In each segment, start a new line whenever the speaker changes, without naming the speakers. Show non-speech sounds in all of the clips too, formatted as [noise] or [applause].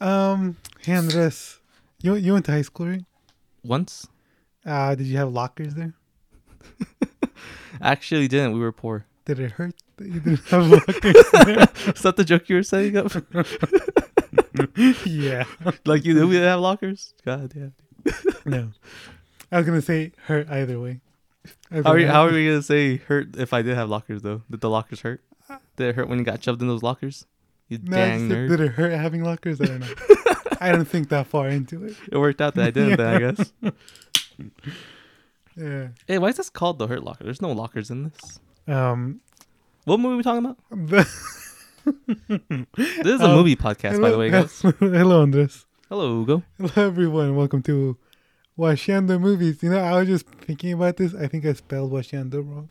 Um, hey Andres, you you went to high school, right?
Once?
Uh, did you have lockers there?
Actually, didn't. We were poor. [laughs]
Did it hurt that you didn't have [laughs] lockers there?
Is that the joke you were setting up? [laughs]
yeah.
like, you knew we didn't have lockers? God damn.
No. I was gonna say hurt either way. I was
How are,
gonna-
you, how are we gonna say hurt if I did have lockers though? Did the lockers hurt? Did it hurt when you got shoved in those lockers? You
[laughs] No, I
dang
just said,
nerd!
Did it hurt having lockers? I don't
[laughs]
know. I don't think that far into it.
It worked out that I
[laughs]
didn't. Then I guess.
Yeah.
Hey, why is this called the hurt locker? There's no lockers in this.
Um.
What movie are we talking about?
[laughs] The,
This is a
Um,
movie podcast, by
[laughs]
the way, guys.
hello, Andres. [laughs]
Hello, Hugo.
Hello, everyone. Welcome to Washanda Movies. You know, I was just thinking about this. I think I spelled Washanda wrong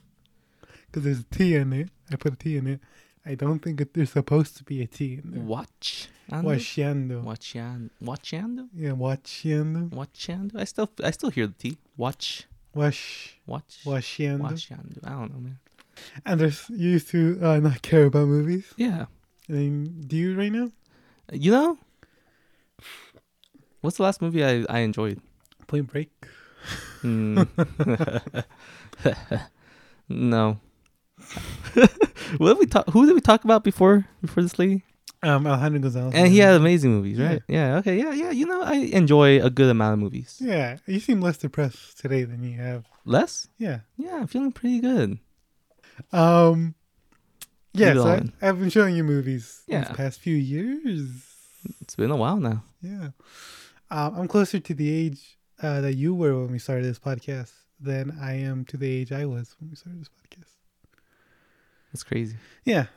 because there's a T in it. I put a T in it. I don't think that there's supposed to be a T in there.
Watch. Watch.
Washando.
Watchando. Watchando.
Yeah, Washando.
Watchando. I still, I still hear the T. Watch.
Wash.
Watch.
Washando.
Watchando. I don't know, man.
Andres, you used to uh, not care about movies.
Yeah.
And do you right now?
You know. What's the last movie I I enjoyed?
Point Break.
Hmm. [laughs] no. [laughs] what did we talk? Who did we talk about before? Before this lady,
Um, Alejandro Gonzalez.
and he had amazing movies,
Yeah.
right? Yeah. Okay. Yeah. Yeah. You know, I enjoy a good amount of movies.
Yeah, you seem less depressed today than you have.
Less?
Yeah.
Yeah, I'm feeling pretty good.
Um, yeah,
Leave it
so I,
alone.
I've been showing you movies
Yeah.
these past few years.
It's been a while now.
Yeah. Um, I'm closer to the age uh, that you were when we started this podcast than I am to the age I was when we started this podcast.
It's crazy.
Yeah.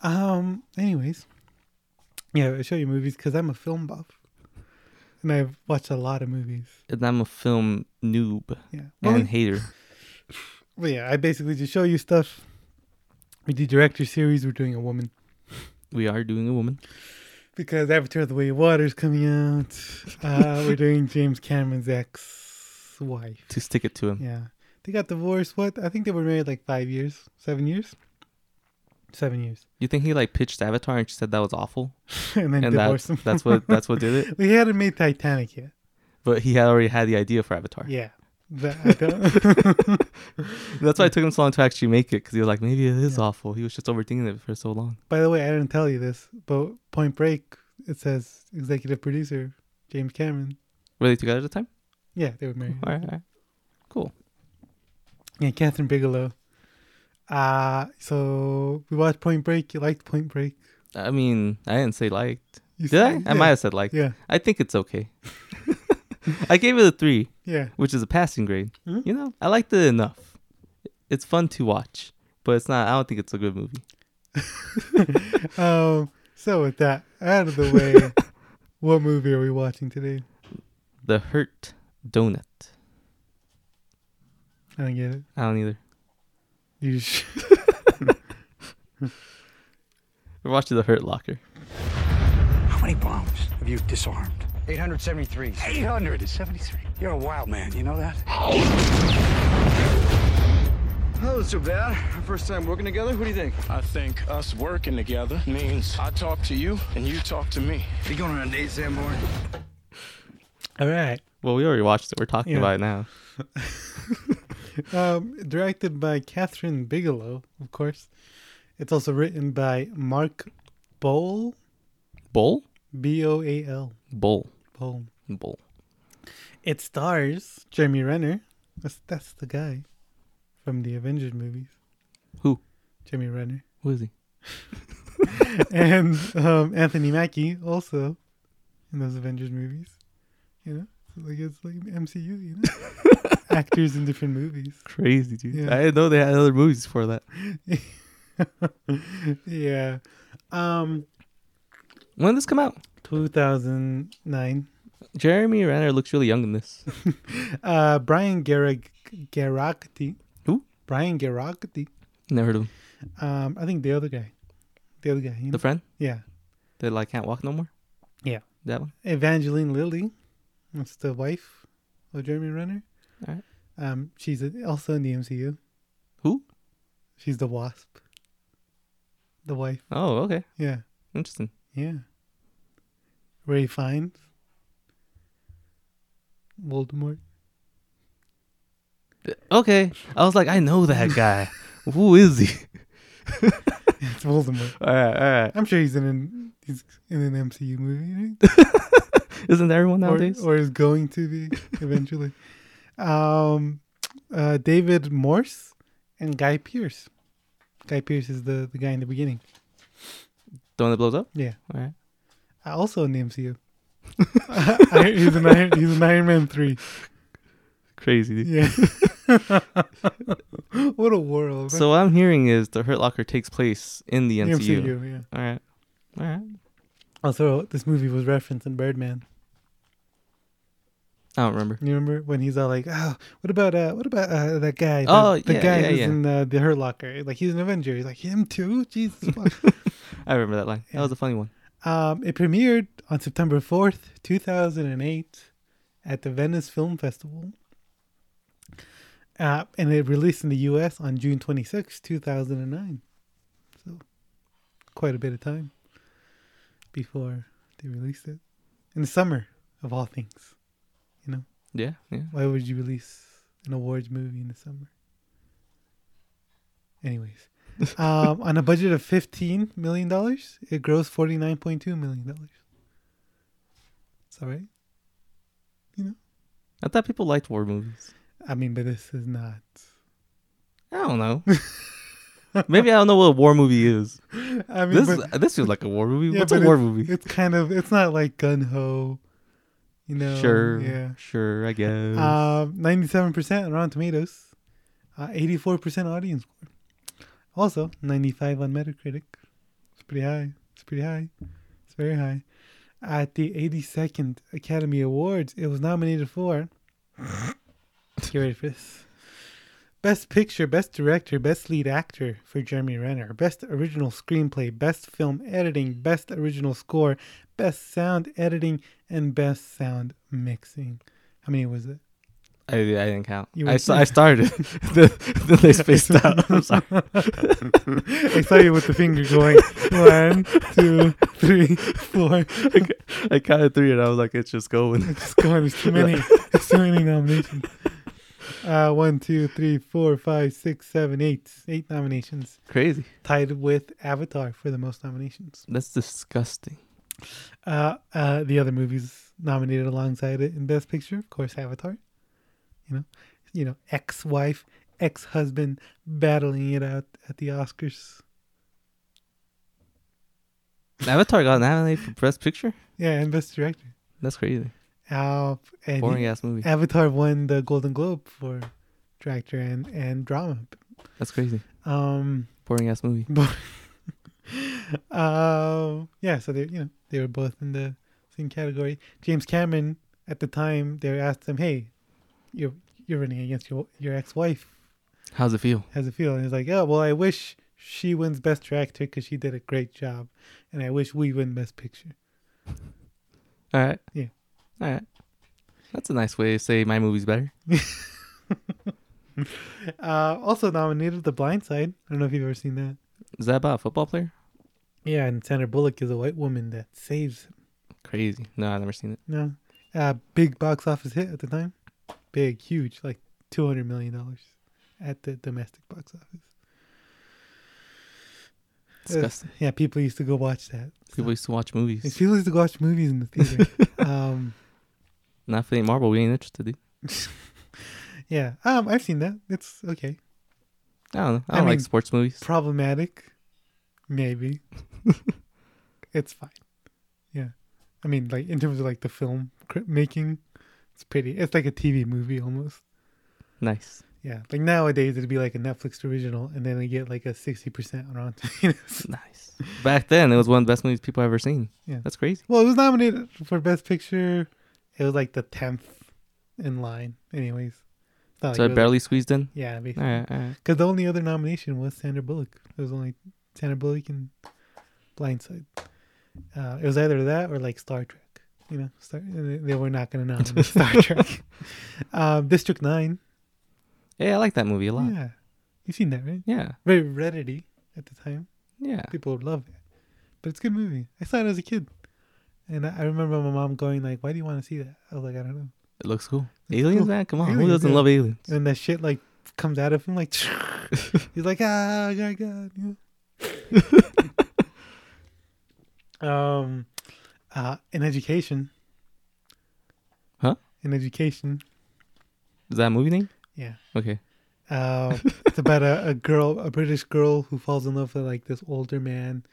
Um. Anyways, yeah, I show you movies because I'm a film buff, and I've watched a lot of movies.
And I'm a film noob
Oh, Yeah. Well,
and hater.
Well, yeah, I basically just show you stuff. We do director series. We're doing a woman
We are doing a woman.
because Avatar: The Way of Water is coming out. Uh, we're doing James Cameron's ex-wife.
To stick it to him.
Yeah, they got divorced. What? I think they were married like five years, seven years, seven years, [laughs]
You think he like pitched Avatar and she said that was awful,
and then
and
divorced
that's
them.
that's what that's
[laughs]
what did it.
We hadn't made Titanic yet.
But he had already had the idea for Avatar.
Yeah. But I don't- [laughs]
That's why it took him so long to actually make it because he was like, maybe it is
Yeah.
awful. He was just overthinking it for so long.
By the way, I didn't tell you this, but Point Break, it says executive producer James Cameron.
Were they together at the time?
Yeah, they were married.
All right, all right. Cool.
Yeah, Catherine Bigelow. Uh so we watched Point Break. You liked Point Break?
I mean, I didn't say liked.
You
Did I?
said-
I might have said liked.
Yeah,
I think it's okay. [laughs] I gave it a three,
yeah,
which is a passing grade.
Mhm.
You know, I liked it enough. It's fun to watch, but it's not, I don't think it's a good movie.
yeah. um. So with that out of the way, [laughs] what movie are we watching today?
The Hurt Donut.
I don't get it.
I don't either.
You just [laughs]
We're watching The Hurt Locker.
How many bombs have you disarmed? 873. 873. You're a wild man, you know that?
That was too bad. Our first time working together. What do you think?
I think us working together means I talk to you and you talk to me.
You going on a date, Sanborn?
all right.
Well, we already watched it. We're talking
Yeah.
about it now.
Um, directed by Catherine Bigelow, of course. It's also written by Mark Bowl,
Bowl?
B O A L,
Bowl.
Bowl.
Bowl.
It stars Jeremy Renner. That's that's the guy from the Avengers movies.
Who?
Jeremy Renner
Who is he?
and um, Anthony Mackie also in those Avengers movies. You know, So, like it's like MCU. You know,
[laughs]
actors in different movies.
Crazy, dude.
Yeah.
I didn't know they had other movies before that.
yeah. Um,
When did this come out?
2009.
Jeremy Renner looks really young in this.
Uh, Brian Garag Garagati.
Who?
Brian Garagati.
Never heard of him.
Um, I think the other guy. The other guy. You
The
know?
friend
yeah.
that like can't walk no more.
Yeah.
that one.
Evangeline Lilly. That's the wife of Jeremy Renner.
Alright.
Um, she's also in the MCU.
Who?
She's the Wasp. The wife.
Oh, okay.
Yeah.
Interesting.
Yeah. where he finds Voldemort. [laughs]
Okay. I was like, I know
[laughs]
that guy. Who is he?
It's Voldemort.
All right, all right.
I'm sure he's in an he's in an MCU movie
Isn't that everyone
right? or,
nowadays?
or is going to be eventually. um, uh, David Morse and Guy Pierce. Guy Pierce is the, the guy in the beginning.
the one that blows up?
Yeah,
All right.
I Uh, also in the MCU. [laughs] I- he's an Iron, he's an Iron Man three.
Crazy, dude.
Yeah. [laughs] what a world.
So what I'm hearing is the Hurt Locker takes place in the
The
MCU.
yeah.
All right. All right.
Also, this movie was referenced in Birdman.
I don't remember.
You remember when he's all like, "Oh, what about uh, what about uh, that guy? The,
Oh,
the
yeah,
guy
yeah,
who's
yeah.
in uh, the Hurt Locker. Like he's an Avenger. He's like him too.
[laughs]
Jesus. fuck."
I remember that line. That was a funny one.
um, it premiered on September fourth, two thousand and eight, at the Venice Film Festival. Uh, and it released in the U.S. on June twenty sixth, two thousand and nine. So, quite a bit of time before they released it in the summer of all things.
Yeah. Yeah.
Why would you release an awards movie in the summer?
[laughs]
Anyways, um, on a budget of fifteen million dollars, it grossed forty nine point two million dollars. It's all right.
I thought people liked war movies.
I mean, but this is not.
I
[laughs]
don't know. Maybe I don't know what a war movie is.
I mean,
This
but,
this feels like a war movie.
yeah,
What's a
but
war
it's-
movie?
It's kind of. It's not like gun ho. You know.
sure.
Yeah.
Sure, I guess.
Um, ninety-seven percent on Rotten Tomatoes, uh, eighty-four percent audience score. Also, ninety-five on Metacritic. It's pretty high. It's pretty high. It's very high. At the eighty-second Academy Awards, it was nominated for. Get ready for this. Best Picture, Best Director, Best Lead Actor for Jeremy Renner, Best Original Screenplay, Best Film Editing, Best Original Score, Best Sound Editing, and Best Sound Mixing. How many was it?
I, I didn't count.
You
I,
went-
sta- I started. [laughs] then, then they spaced
[laughs]
out. I'm sorry.
I saw you with the finger going one, two, three,
[laughs]
four.
I counted three and I was like, it's just going. [laughs]
It's just gone. There's too many. There's too many nominations. Uh, one, two, three, four, five, six, seven, eight. Eight nominations,
Crazy.
tied with Avatar for the most nominations.
That's disgusting.
Uh, uh, the other movies nominated alongside it in Best Picture, of course, Avatar. You know, you know, ex-wife, ex-husband battling it out at the Oscars.
Avatar got nominated for Best Picture?
Yeah, and Best Director.
That's crazy.
Uh, and
Boring ass movie.
Avatar won the Golden Globe for director and, and drama.
That's crazy.
Um,
Boring ass movie.
uh, yeah, so they you know they were both in the same category. James Cameron at the time they asked him, "Hey, you're you're running against your your ex-wife.
How's it feel?
How's it feel?" And he's like, "Oh, well, I wish she wins Best Director because she did a great job, and I wish we win Best Picture."
All right.
Yeah.
All right. That's a nice way to say my movie's better.
Uh, also nominated The Blind Side. I don't know if you've ever seen that.
Is that about a football player?
Yeah, and Sandra Bullock is a white woman that saves.
Crazy. No, I've never seen it.
No, uh, big box office hit at the time, big, huge, like two hundred million dollars at the domestic box office.
Disgusting.
Yeah, people used to go watch
[laughs]
that.
People used to watch
And
movies.
people used to go watch movies in the
[laughs]
theater. um,
Not if it ain't Marvel. We ain't interested, dude.
yeah, um, I've seen that. It's okay.
I don't know. I
I
don't like
mean-
sports movies.
Problematic,
[laughs]
maybe. it's fine. Yeah, I mean, like in terms of like the film cr- making, it's pretty. It's like a TV movie almost.
Nice.
Yeah, like nowadays it'd be like a Netflix original, and then they get like a sixty percent on Rotten [laughs] Tomatoes.
Nice. Back then, it was one of the best movies people ever seen.
Yeah.
That's crazy.
well, it was nominated for Best Picture. It was like the tenth in line, anyways. It's not
So
like
I
it was-
barely squeezed in.
Oh, Yeah, because
All right, all right.
the only other nomination was Sandra Bullock. It was only Sandra Bullock and Blindside. Uh, it was either that or like Star Trek. You know, Star, they they were not going to
[laughs]
nominate Star Trek. Um, District Nine.
Yeah, I like that movie a lot.
Yeah, you've seen that, right?
Yeah,
Very reddity at the time.
yeah.
people would love it. But it's a good movie. I saw it as a kid. And I I remember my mom going like, "Why do you want to see that?" I was like, "I don't know."
It looks cool. aliens,
cool.
man. Come on,
Aliens,
who doesn't
yeah.
love aliens?
And that shit like comes out of him like, [laughs] he's like, "Ah, my God."
[laughs]
You know? um, uh, in education.
Huh?
In education,
Is that a movie name?
yeah.
Okay.
Uh, it's about a, a girl, a British girl, who falls in love with like this older man,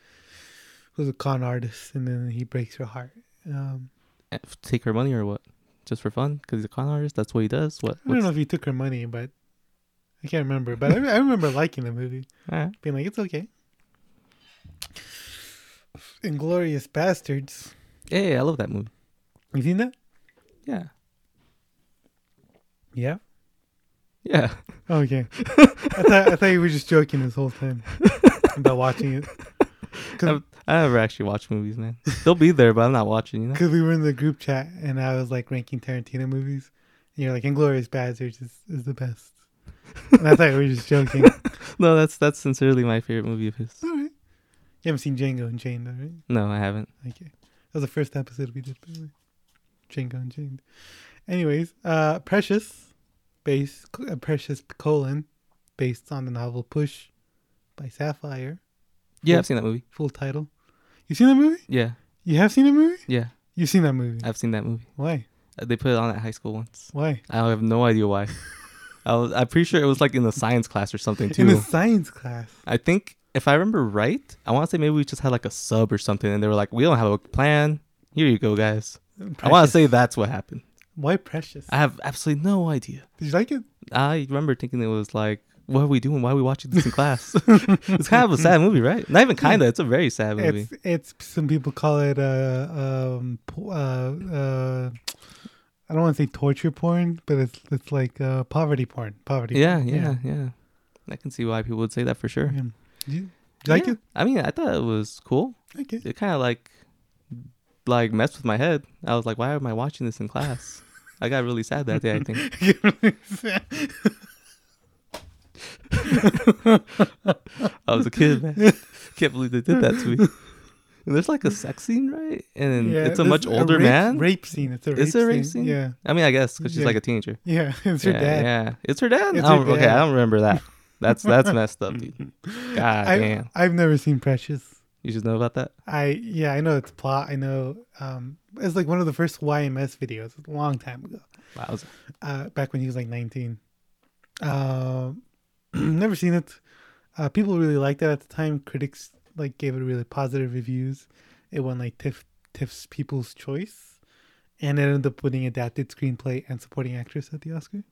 who's a con artist, and then he breaks her heart. Um,
Eh, f- Take her money or what? Just for fun? Because he's a con artist. That's what he does. What?
I don't
what's-
know if he took her money, but I can't remember. But I, I remember liking the movie,
Alright.
being like, "It's okay." Inglorious Bastards.
Yeah, yeah, I love that movie.
You seen that?
Yeah.
Yeah.
Yeah.
Oh, [laughs] Okay. I thought I thought you were just joking this whole [laughs] time about watching it
I I never actually watch movies, man. They'll be there, but I'm not watching. You know. [laughs]
because we were in the group chat and I was like ranking Tarantino movies, and you're like, "Inglorious Bastards is, is the best." And I thought you were just [laughs] joking. All
No, that's that's sincerely my favorite movie of his.
right. You haven't seen Django Unchained, though, right?
No, I haven't.
Okay. That was the first episode we did, by the way. Django Unchained. Anyways, uh, Precious, based, uh, Precious colon, based on the novel Push by Sapphire.
Yeah, I've seen that movie.
Full title. You seen that movie?
Yeah,
You have seen that movie?
yeah,
You've seen that movie.
I've seen that movie.
Why?
Uh, They put it on at high school once.
Why?
I have no idea [laughs] why. I was, I'm pretty sure it was like in the science class or [laughs] something
In a
too.
science class.
I think if I remember right, I want to say maybe we just had like a sub or something, and they were like, "We don't have a plan. Here you go, guys." I want to [laughs]
Precious.
say that's what happened.
Why Precious?
I have absolutely no idea.
Did you like it?
I remember thinking it was like, "What are we doing? Why are we watching this in class?" [laughs] it's kind of
[laughs]
a sad movie, right? Not even kind of. It's a very sad movie.
It's it's some people call it uh um po- uh uh I don't want to say torture porn, but it's it's like uh poverty porn. Poverty.
yeah,
porn.
yeah, yeah, I can see why people would say that for sure.
Yeah. Do you, do you like
Yeah.
it?
I mean, I thought it was cool.
Okay.
It kind of like like messed with my head. I was like, why am I watching this in class? I got really sad that day. I think
[laughs]
[laughs] I was a kid, man. Can't believe they did that to me. And there's like a sex scene, right? And
Yeah,
it's a
this-
much older
rape,
man.
Rape scene. It's a rape
Is it a rape scene?
Yeah. [laughs]
I mean, I guess because she's
Yeah.
like a teenager.
Yeah. It's
yeah,
your dad.
Yeah, it's her dad.
It's
I
her
don't- Okay,
dad.
I don't remember that. That's
[laughs]
that's messed up, dude. God
I,
damn,
I've never seen Precious.
you should know about that.
I yeah, I know its plot. I know um it's like one of the first YMS videos a long time ago.
Wow.
uh, back when he was like 19. Um, [clears throat] never seen it. Uh, people really liked it at the time. Critics like gave it really positive reviews. It won like TIFF TIFF's People's Choice, and it ended up winning adapted screenplay and supporting actress at the Oscar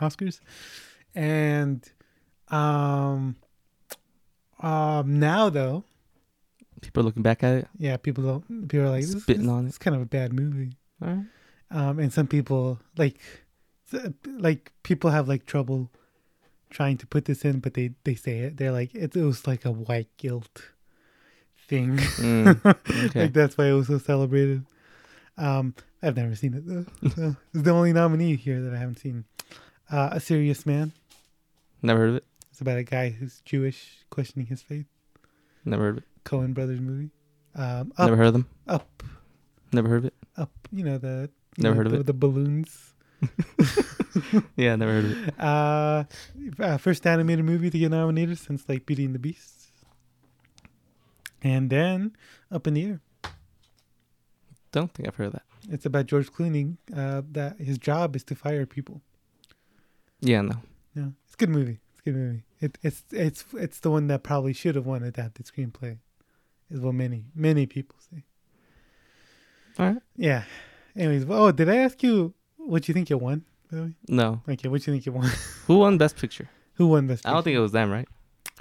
Oscars. And um, um, now though,
People are looking back at it.
yeah, people don't. People are like this,
Spitting
this-
on it.
It's kind of a bad movie [laughs]
All right.
um, and some people like s- like people have like trouble trying to put this in but they they say it they're like it, it was like a white guilt thing [laughs]
Mm. okay.
like that's why it was so celebrated um i've never seen it though
[laughs]
so it's the only nominee here that i haven't seen uh, a serious man
Never heard of it.
it's about a guy who's jewish questioning his faith
Never heard of it.
cohen brothers movie um up
Never heard of them.
up
Never heard of it.
up you know the you
Never
know,
heard of
the,
it.
the balloons
Yeah, never
[laughs]
heard of it.
uh, uh, first animated movie to get nominated since like Beauty and the Beast. And then Up in the Air.
Don't think I've heard of that.
It's about George Clooney. Uh, that his job is to fire people.
Yeah, no.
Yeah, it's a good movie. It's a good movie. It, it's it's it's the one that probably should have won adapted screenplay, is what many many people say.
All right.
Yeah. Anyways, well, oh, did I ask you what you think you won? By the way,
No.
okay, what you think you won? [laughs]
Who won Best Picture?
Who won this?
I don't think it was them, right?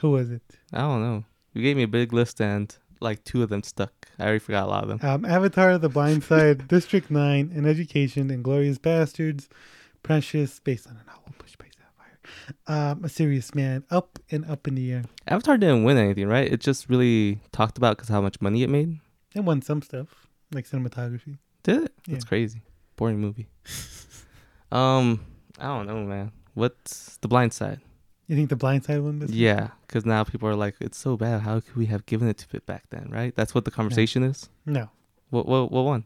Who was it?
I don't know. You gave me a big list and like two of them stuck. I already forgot a lot of them.
Um, Avatar: The
[laughs]
Blind Side, District Nine, and Education, and Glorious Bastards, Precious, based on a novel pushed by Sapphire, um, A Serious Man, Up and Up in the Air.
Avatar didn't win anything, right? It just really talked about because how much money it made.
It won some stuff like cinematography.
Did it? That's
Yeah.
crazy. Boring movie. um, I don't know, man. What's The Blind Side?
You think The Blind Side won this?
Yeah, because now people are like, it's so bad. How could we have given it to it back then, right? That's what the conversation is.
No,
What what what one?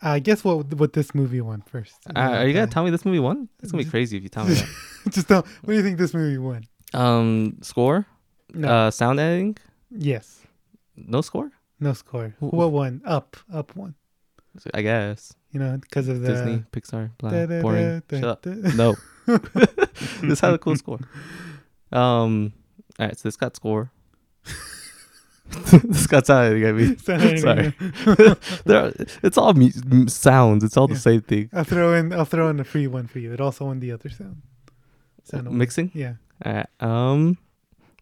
I guess what what this movie won first.
Uh, are you gonna tell me this movie won? It's gonna be crazy if you tell me that.
[laughs] Just tell. What do you think this movie won?
[laughs] Um, score,
No.
uh, sound editing,
Yes.
no score.
No score.
Wh-
What one? Up. Up one.
I guess
You know, because of the
Disney, Pixar, blah,
da, da,
boring.
da,
Shut up.
da. [laughs]
No, [laughs] this had a cool score. Um, all right, so this got score. [laughs] this got sound editing. I mean,
Sound editing,
sorry. there are, it's all mu- m- sounds. It's all the same thing.
I'll throw in. I'll throw in a free one for you. It also won the other sound. sound award.
Mixing?
Yeah.
All right. Um,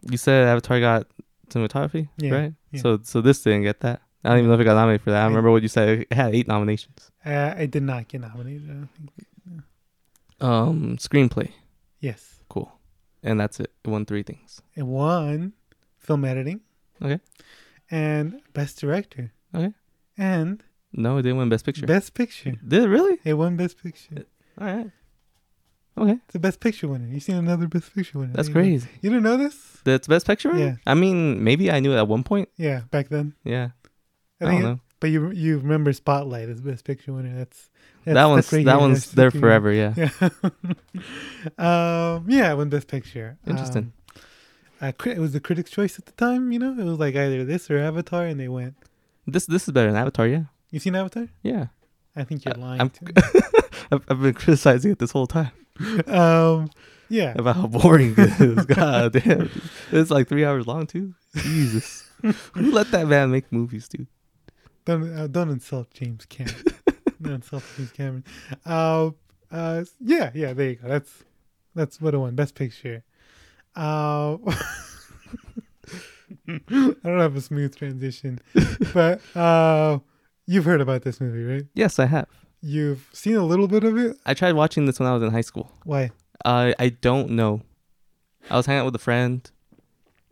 you said Avatar got cinematography,
Yeah,
right?
yeah.
So, so this didn't get that. I don't even know if it got nominated for that. I remember what you said. It had eight nominations.
Uh, I did not get nominated. I don't think.
Um, screenplay,
Yes.
cool, and that's it. It won three things.
It won film editing
Okay.
and best director
Okay.
and
No, it didn't win best picture.
best picture.
Did it really?
It won best picture.
All right. Okay,
It's the best picture winner. You seen another best picture winner?
that's
There you go.
crazy.
You didn't know this?
That's best picture. winner?
Yeah.
I mean, maybe I knew it at one point.
Yeah, back then.
Yeah. I
think
don't
it-
know.
But you you remember Spotlight as best picture winner. That's, that's
that
that's
one's
right
that
here.
one's
That's
there
sticking-
forever. Yeah.
[laughs] Um, yeah, I won best picture.
Interesting.
Um, uh, cri- it was the critics' choice at the time. You know, it was like either this or Avatar, and they went.
This this is better than Avatar. Yeah.
You seen Avatar?
Yeah.
I think you're lying.
Uh, I'm-
to me.
I've, I've been criticizing it this whole time. [laughs]
um, yeah,
about how boring it is. [laughs] God damn. It's like three hours long, too. Jesus.
[laughs]
Who let that man make movies, dude?
don't uh, don't insult James
[laughs]
Cameron. don't insult James Cameron. Uh, uh, yeah, yeah. There you go. That's that's what I won. Best picture. Uh, [laughs] I don't have a smooth
[laughs]
transition, but uh, you've heard about this movie, right?
Yes, I have.
You've seen a little bit of it.
I tried watching this when I was in high school.
Why?
I I don't know. I was hanging out with a friend.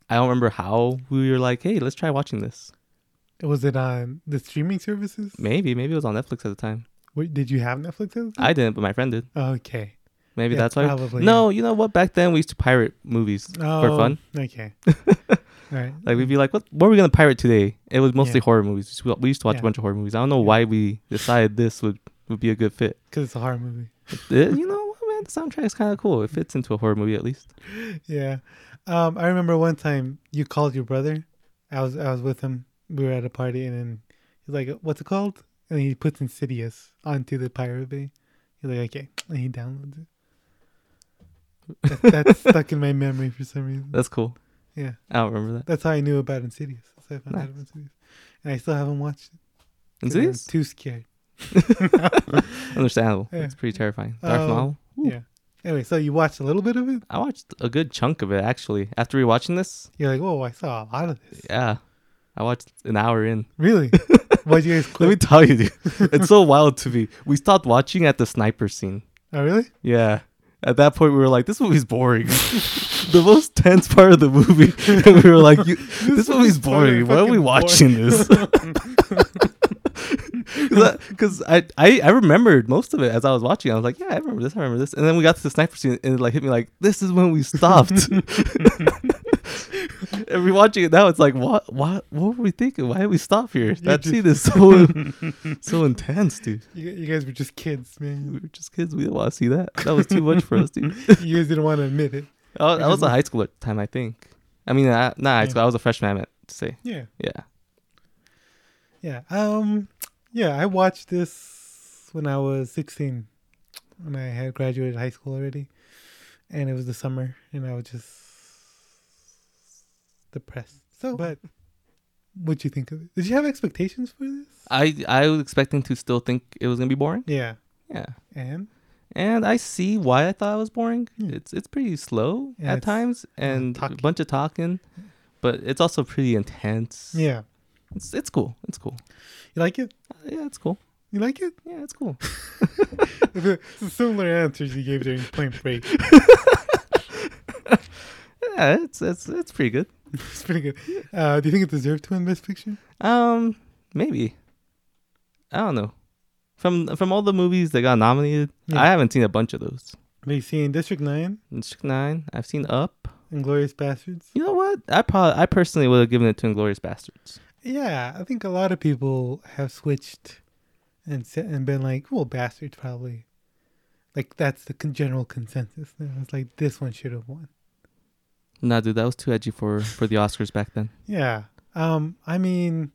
I don't remember how we were like, hey, let's try watching this.
Was it on the streaming services?
Maybe, maybe it was on Netflix at the time.
Wait, did you have Netflix? at the time?
I didn't, but my friend did.
okay.
Maybe
Yeah,
that's why.
probably,
no, you know what? Back then, we used to pirate movies for
Oh,
fun. [laughs]
Okay. All right.
Like we'd be like, what? What are we gonna pirate today? It was mostly
Yeah.
horror movies. We- We used to watch
Yeah.
a bunch of horror movies. I don't know why we decided this would would be a good fit.
Because it's a horror movie.
It- you know what, man? The soundtrack's kind of cool. It fits into a horror movie at least.
Yeah. Um, I remember one time you called your brother. I was I was with him. We were at a party and then he's like, What's it called? And he puts Insidious onto the Pirate Bay. He's like, Okay. And he downloads it. That,
[laughs]
that's stuck in my memory for some reason.
That's cool.
Yeah.
I don't remember that.
That's how I knew about Insidious. That's how I found out
Nice.
about Insidious. And I still haven't watched it. 'cause I was
Insidious?
Too scared.
Understandable.
Yeah.
It's pretty terrifying. Dark
Um,
Novel. Ooh.
Yeah. Anyway, so you watched a little bit of it?
I watched a good chunk of it actually. After rewatching this,
You're like, Whoa, I saw a lot of this.
yeah, I watched an hour in. [laughs]
Really? Why'd you guys
Let me [laughs]
quit?
tell you, dude, it's so wild to me. We stopped watching at the sniper scene.
Oh really?
Yeah. At that point, we were like, "This movie's boring." [laughs] the most tense part of the movie, [laughs] and we were like, you, "This movie's boring. Why are we
fucking
watching this?" [laughs] Because I, I I remembered most of it as I was watching. I was like, "Yeah, I remember this. I remember this." And then we got to the sniper scene, and it like hit me like, "This is when we stopped." [laughs] and rewatching it now, it's like, "What? What? What were we thinking? Why did we stop here? That
just-
scene is [laughs] so so intense, dude.
You, you guys were just kids, man.
[laughs] We were just kids. We didn't want to see that. That was too much for us, dude."
you guys didn't want to admit it.
I was, I
Which
was
is
a high school at the time, I think. I mean, I, not high
Yeah.
school. I was a freshman. I meant to say,
Yeah,
yeah.
yeah. Um, yeah. I watched this when I was sixteen, when I had graduated high school already, and it was the summer, and I was just depressed. So, but what'd you think of it? Did you have expectations for this?
I I was expecting to still think it was gonna be boring.
Yeah,
Yeah,
and
and I see why I thought it was boring.
Yeah.
It's it's pretty slow
Hmm. Yeah,
at
it's-
times and a
talking.
bunch of talking, but it's also pretty intense.
yeah,
it's it's cool. It's cool. Uh,
you like it.
Yeah, it's cool.
You like [laughs] it?
Yeah, it's cool.
Similar answers you gave during Point Break.
yeah, it's it's it's pretty good.
[laughs] It's pretty good. Uh, do you think it deserved to win Best Picture?
Um, maybe. I don't know. From from all the movies that got nominated,
Yeah.
I haven't seen a bunch of those.
Have you seen District Nine,
District Nine. I've seen Up.
Inglorious Bastards?
You know what? I probably, I personally would have given it to Inglorious Bastards.
Yeah, I think a lot of people have switched and said, and been like, "Well, bastards," probably. Like that's the con- general consensus. now. It's like this one should have won.
Nah, dude, that was too edgy for for the Oscars back then.
Yeah. Um. I mean,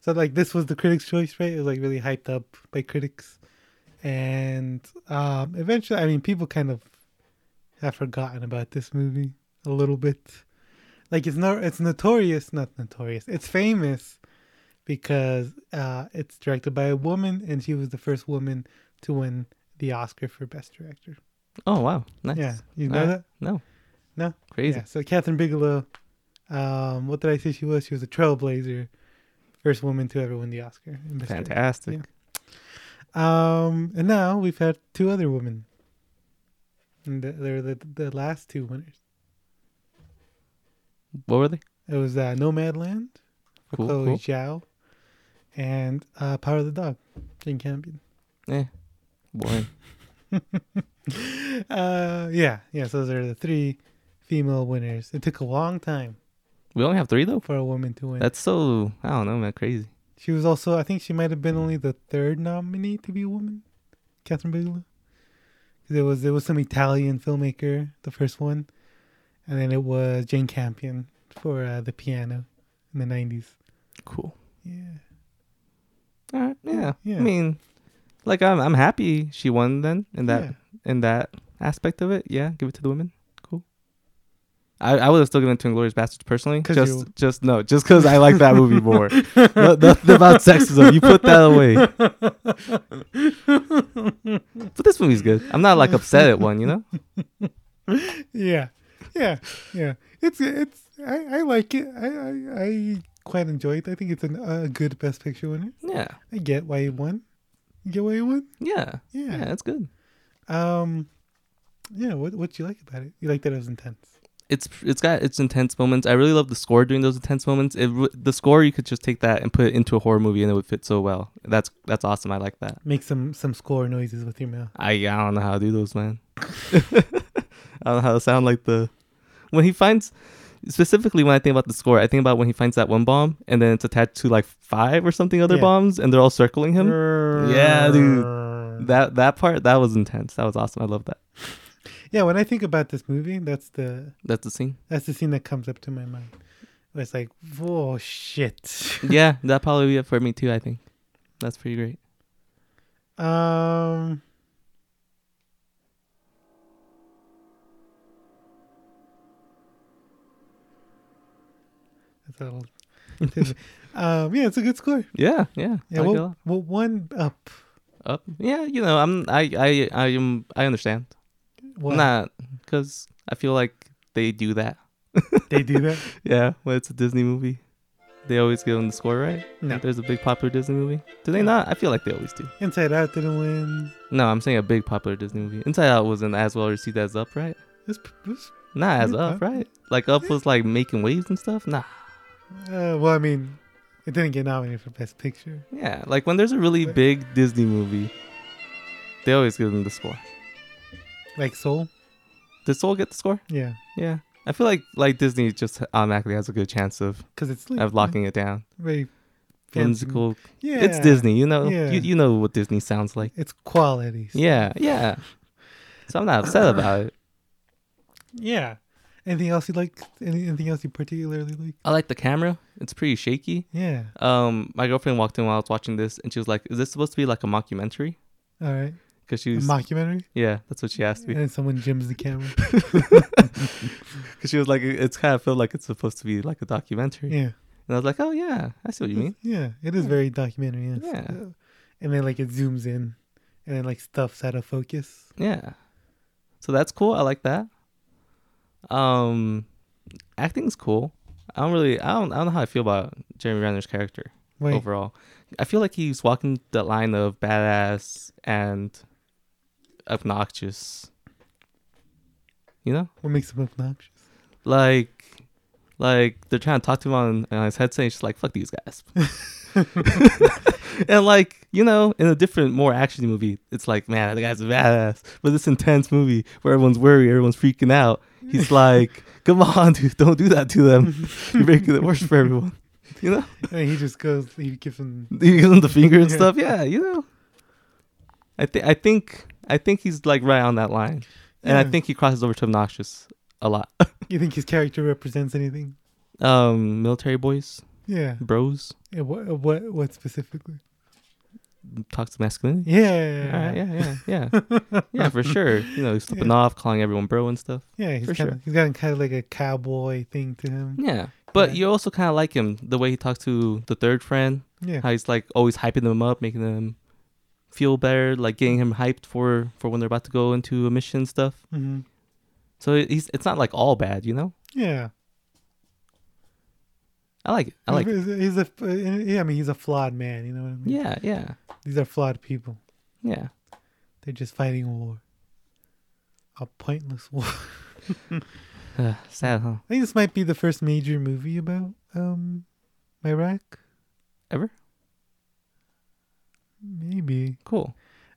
so like this was the critics' choice, right? It was like really hyped up by critics, and um, eventually, I mean, people kind of have forgotten about this movie a little bit. Like it's not, it's notorious, not notorious. It's famous because uh, it's directed by a woman, and she was the first woman to win the Oscar for Best Director.
Oh wow, nice.
Yeah, you know
Alright.
that?
No,
No,
crazy.
yeah, so Catherine Bigelow, um, what did I say she was? She was a trailblazer, first woman to ever win the Oscar. in Best Director.
Fantastic.
Yeah. Um, and now we've had two other women. And th- they're the, the last two winners.
What were they?
It was uh, Nomadland for
Cool,
Chloe
cool.
Zhao and uh, Power of the Dog, Jane Campion.
Eh, boring.
Uh, yeah, yeah. So those are the three female winners. It took a long time
we only have three though.
for a woman to win.
That's so I don't know, man. Crazy.
She was also, I think she might have been only the third nominee to be a woman, Catherine Bigelow. 'Cause There was there was some Italian filmmaker, the first one, and then it was Jane Campion for uh, the piano in the nineties.
Cool.
Yeah,
All right. Yeah.
Yeah.
I mean, like I'm I'm happy she won then in that [laughs]
Yeah.
in that aspect of it. Yeah, give it to the women. Cool. I, I would have still given it to Inglorious Bastards personally.
'Cause
Just
you-
just no, just because I like that movie more. No- nothing about sexism. You put that away. [laughs] but this movie's good. I'm not like upset at one. You know.
yeah, yeah, yeah. It's it's I, I like it. I, I I quite enjoy it. I think it's an, a good Best Picture winner.
Yeah.
I get why it won. You get why it won.
Yeah.
Yeah.
Yeah. That's good.
Um, yeah. What what you like about it? You like that it was intense.
it's it's got its intense moments. I really love the score during those intense moments. It, re- the score you could just take that and put it into a horror movie and it would fit so well. That's that's awesome. I like that.
Make some some score noises with your mouth.
I I don't know how to do those, man. [laughs] I don't know how to sound like the when he finds specifically when I think about the score, I think about when he finds that one bomb and then it's attached to like five or something other
Yeah.
bombs and they're all circling him. Yeah,
dude.
That that part that was intense. That was awesome. I love that.
Yeah, when I think about this movie, that's the
That's the scene.
that's the scene that comes up to my mind. It's like, whoa, shit.
yeah, that probably be it for me too. I think that's pretty great.
Um. That's a
[laughs]
little. tidbit. um. Yeah, it's a good score.
Yeah, yeah.
Yeah.
I like it a lot.
well, well, one up.
up. Yeah, you know, I'm I I I am I understand.
What?
Not because I feel like they do that.
They do that.
Yeah, when it's a Disney movie, they always give them the score right.
No.
If there's a big popular Disney movie. Do they not? I feel like they always do.
Inside Out didn't win.
No, I'm saying a big popular Disney movie. Inside Out wasn't as well received as Up, right?
This, this,
Not as
Yeah,
Up,
uh,
right? Like Up was like making waves and stuff. Nah.
uh, well, I mean, it didn't get nominated for Best Picture.
Yeah, like when there's a really
But-
big Disney movie, they always give them the score.
Like Soul.
Did Soul get the score?
Yeah,
Yeah. I feel like like Disney just automatically has a good chance of
because it's like
of locking it down.
very fancy.
Whimsical.
Mm-hmm. Yeah,
It's Disney, you know.
Yeah.
You, you know what Disney sounds like.
It's qualities.
Yeah, yeah. So I'm not upset about it.
Yeah. Anything else you like? Any, anything else you particularly like?
I like the camera. It's pretty shaky.
Yeah.
Um, my girlfriend walked in while I was watching this, and she was like, "Is this supposed to be like a mockumentary?"
All right.
Because
A
she was,
mockumentary,
yeah, that's what she asked me.
and someone jims the
[laughs]
camera.
Because she was like, "It's kind of felt like it's supposed to be like a documentary,"
yeah.
and I was like, "Oh yeah, I see what you mean."
Yeah. It is very documentary. Yes. Uh,
Yeah.
And then like it zooms in, and then like stuff's out of focus.
Yeah. So that's cool. I like that. Um, acting's cool. I don't really, I don't, I don't know how I feel about Jeremy Renner's character
Wait.
overall. I feel like he's walking the line of badass and obnoxious. You know,
What makes them obnoxious?
like, like they're trying to talk to him on, on his headset. And she's like, "Fuck
[laughs]
these guys." and like you know, in a different, more action movie, it's like, man, the guy's a badass. But this intense movie where everyone's worried, everyone's
[laughs]
freaking [laughs] out, he's like, "Come on, dude, don't do that to them. You're making it worse for everyone." you know?
And he just goes, he gives him.
You give him the finger and
Yeah.
stuff. Yeah, you know. I think I think I think he's like right on that line, and I
Yeah.
think he crosses over to obnoxious a lot.
You think his character represents anything?
um, military boys,
Yeah.
bros,
And what? What? What specifically?
toxic masculinity.
Yeah.
Yeah, yeah, yeah,
[laughs]
yeah, Uh, yeah, yeah, for sure. You know, he's slipping off, calling everyone bro and stuff.
Yeah, he's
For
kind of
sure.
he's got kind of like a cowboy thing to him.
Yeah, but
Yeah.
you also kind of like him the way he talks to the third friend.
Yeah,
How he's like always hyping them up, making them feel better, like getting him hyped for for when they're about to go into a mission and stuff.
hmm
So it- he's it's not like all bad, you know.
yeah.
I like it. I like it.
he's, he's a uh, yeah. I mean, he's a flawed man. You know what I mean?
Yeah, yeah,
These are flawed people.
yeah.
They're just fighting a war, a pointless war. [laughs]
Uh, [sighs] sad, huh?
I think this might be the first major movie about um Iraq.
Ever?
Maybe
Cool.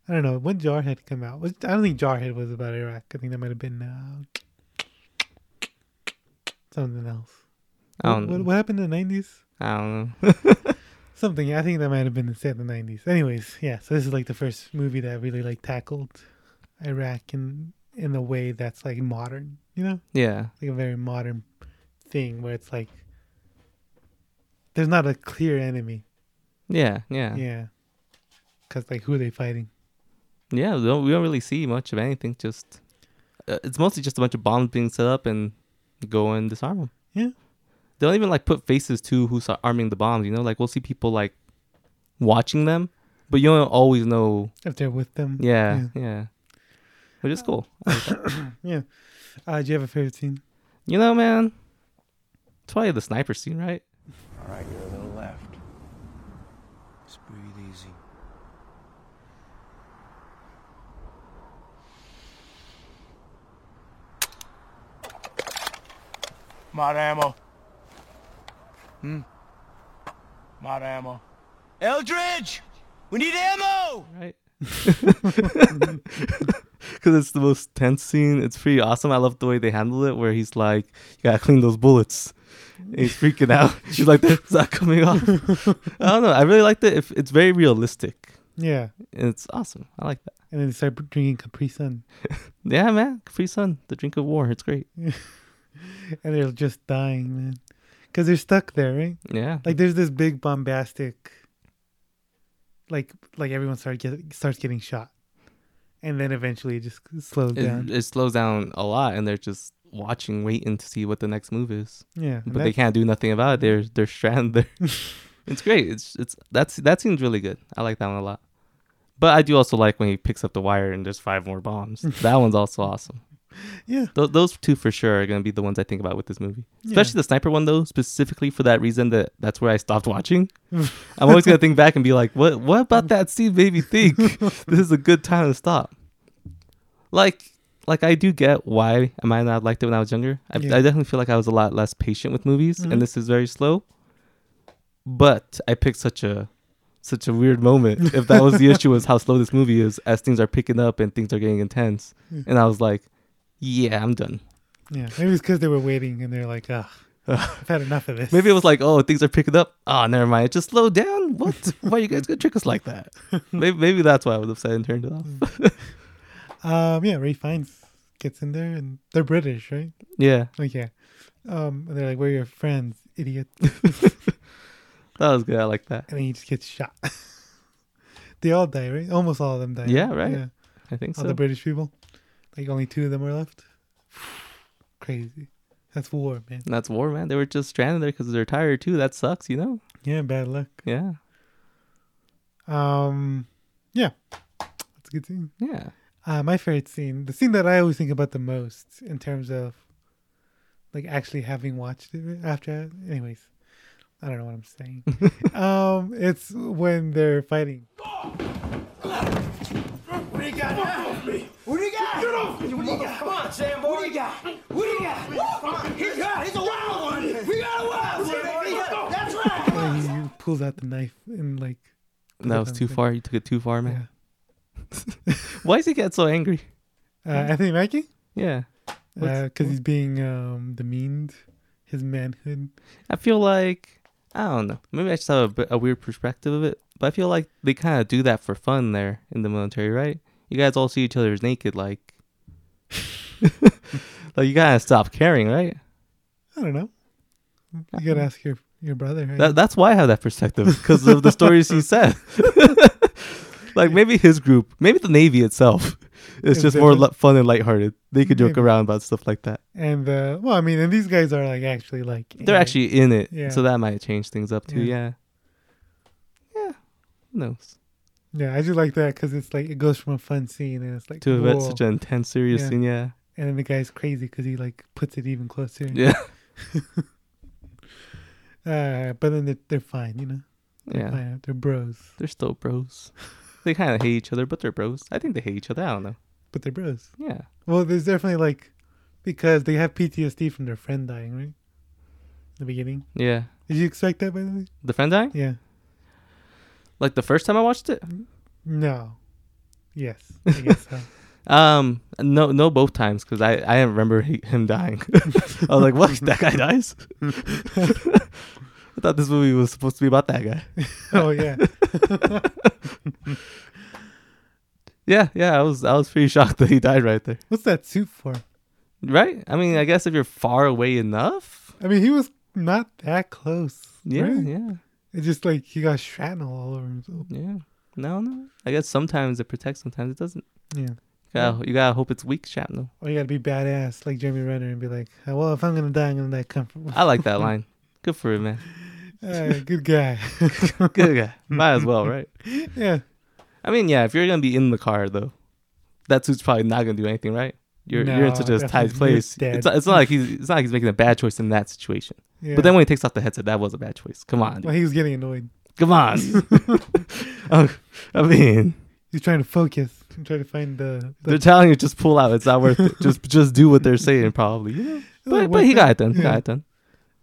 I don't know when Jarhead come out. Was, I don't think Jarhead was about Iraq. I think that might have been uh, something else.
I
What, what,
don't.
what happened in the nineties?
I don't know.
Something I think that might have been set in the nineties. Anyways, yeah. So this is like the first movie that really like tackled Iraq in in a way that's like modern. You know,
yeah,
like a very modern thing where it's like there's not a clear enemy.
yeah, yeah, yeah.
Yeah, because like who are they fighting?
we, don't, we don't really see much of anything. Just uh, it's mostly just a bunch of bombs being set up and go and disarm them.
Yeah.
They don't even like put faces to who's arming the bombs. You know, like we'll see people like watching them, but you don't always know.
If they're with them.
Yeah, yeah. Which is cool.
Yeah. yeah. Uh, do you have a favorite scene?
You know, man. It's probably the sniper scene, right?
All right, you're a little left.
Just breathe easy.
I'm out of ammo. Hmm. I'm out of ammo. Eldridge! We need ammo!
[laughs]
[laughs] right? Because it's the most tense scene. It's pretty awesome. I love the way they handle it, where he's like, "You gotta clean those bullets." And he's freaking
[laughs]
out. She's like, "That's not coming off." I don't know. I really liked it. If- It's very realistic.
Yeah.
And it's awesome. I like that.
And then they start drinking Capri Sun,
Yeah, man. Capri Sun, the drink of war. It's great.
and they're just dying, man, because they're stuck there, right?
Yeah.
like there's this big bombastic like like everyone start get, starts getting shot and then eventually it just slows down
It, it slows down a lot, and they're just watching, waiting to see what the next move is.
yeah and
But they
that- Mm.
can't do nothing about it. They're they're stranded
[laughs]
there. it's great. It's it's that's that seems really good. I like that one a lot. But I do also like when he picks up the wire and there's five
[laughs]
more bombs. that one's also awesome.
yeah
Th- those two for sure are gonna be the ones I think about with this movie, especially the sniper one though. Specifically for that reason that that's where I stopped watching. I'm always gonna think back and be like, what what about that scene made me think this is a good time to stop? Like like I do get why I might not liked it when I was younger. I,
Yeah.
I definitely feel like I was a lot less patient with movies, and this is very slow. But I picked such a such a weird moment. If that was the issue, was how slow this movie is as things are picking up and things are getting intense. And I was like, yeah, I'm done.
yeah maybe it's because they were waiting and they're like ah i've had enough of this
[laughs] Maybe it was like, oh, things are picking up. Oh, never mind. It just slowed down. What? Why you guys gonna trick us like [laughs] that? maybe, maybe that's why I was upset and turned it off.
um yeah ray fiennes gets in there and they're british right
yeah,
like yeah um and they're like we're your friends idiot
that was good. I like that.
and then he just gets shot [laughs] they all die right almost all of them die
Yeah, right. I think
all
so.
the british people like only two of them are left [sighs] crazy that's war man
And that's war, man. They were just stranded there because they're tired too. That sucks, you know.
Yeah, bad luck.
Yeah,
Um, yeah, that's a good scene.
yeah.
Uh, my favorite scene, the scene that I always think about the most in terms of like actually having watched it after. Anyways, I don't know what I'm [laughs] saying. um, it's when they're fighting.
What do you got? Get off me! What do you got? Come on, Sam, boy. What do you got? What do you got? Come on. He's got. He's a wild one. We got a wild one. That's right. Come on.
He pulls out the knife and like
That was too
Something.
far. You took it too far, man. [laughs] Why does he get so angry?
uh, Anthony Mackie Uh,
Yeah, What's-
because he's being um demeaned, his manhood.
I feel like I don't know. Maybe I just have a, bit- a weird perspective of it, but I feel like they kind of do that for fun there in the military, right? You guys all see each other's naked, like, [laughs] like you gotta stop caring, right?
I don't know. You gotta ask your your brother. I
Uh-huh. That, that's why I have that perspective because of the stories he said. [laughs] like maybe his group, maybe the Navy itself, is
Is
just more
different.
li- fun and lighthearted. They could joke
Maybe.
around about stuff like that.
And uh, well, I mean, and these guys are like actually like in
They're
it.
actually in it,
Yeah.
so that might change things up too. Yeah,
Yeah.
yeah. Who knows?
yeah. I just like that because it's like it goes from a fun scene and it's like
To have
whoa.
such an intense, serious
Yeah.
scene. Yeah,
and then the guy's crazy because he like puts it even closer.
yeah,
[laughs]
[laughs]
Uh, but then they're, they're fine, you know.
yeah.
Fine, they're bros,
They're still bros. [laughs] they kind of hate each other, but they're bros. I think they hate each other. I don't know.
but they're bros.
Yeah,
Well, there's definitely like because they have PTSD from their friend dying, right? In the beginning.
yeah.
Did you expect that by the way?
The friend dying.
Yeah.
Like the first time I watched it.
No. Yes. I guess
[laughs]
so.
Um, no, no, both times because I I didn't remember he, him dying. [laughs] I was like, what? [laughs] That guy dies? I thought this movie was supposed to be about that guy.
oh yeah.
Yeah, yeah. I was I was pretty shocked that he died right there.
What's that suit for?
Right? I mean, I guess if you're far away enough.
I mean, he was not that close.
Yeah,
right?
yeah,
It's just like he got shrapnel all over himself.
yeah. No, no. I guess sometimes it protects, sometimes it doesn't.
Yeah.
Yeah, you gotta hope it's weak shrapnel.
Or you gotta be badass like Jeremy Renner and be like, "Oh, well, if I'm gonna die, I'm gonna die
[laughs]
comfortable. [laughs]
I like that line. Good for him, man.
Uh, good guy.
[laughs] Good guy. [laughs] Might as well, right?
[laughs] yeah.
I mean, yeah, if you're gonna be in the car though, that suit's probably not gonna do anything, right? You're you're in
No,
such a tight
definitely
place.
dead.
It's, it's not like he's it's not like he's making a bad choice in that situation.
yeah.
But then when he takes off the headset, that was a bad choice. Come on,
well, he was getting annoyed. [laughs]
come on. [laughs] Oh, I mean,
He's trying to focus. and try to find the. the
they're telling you just pull out. It's not worth it. Just just do what they're saying, probably.
[laughs]
You know?
like,
But
what
but he
the-
got it done. He
yeah.
got it done.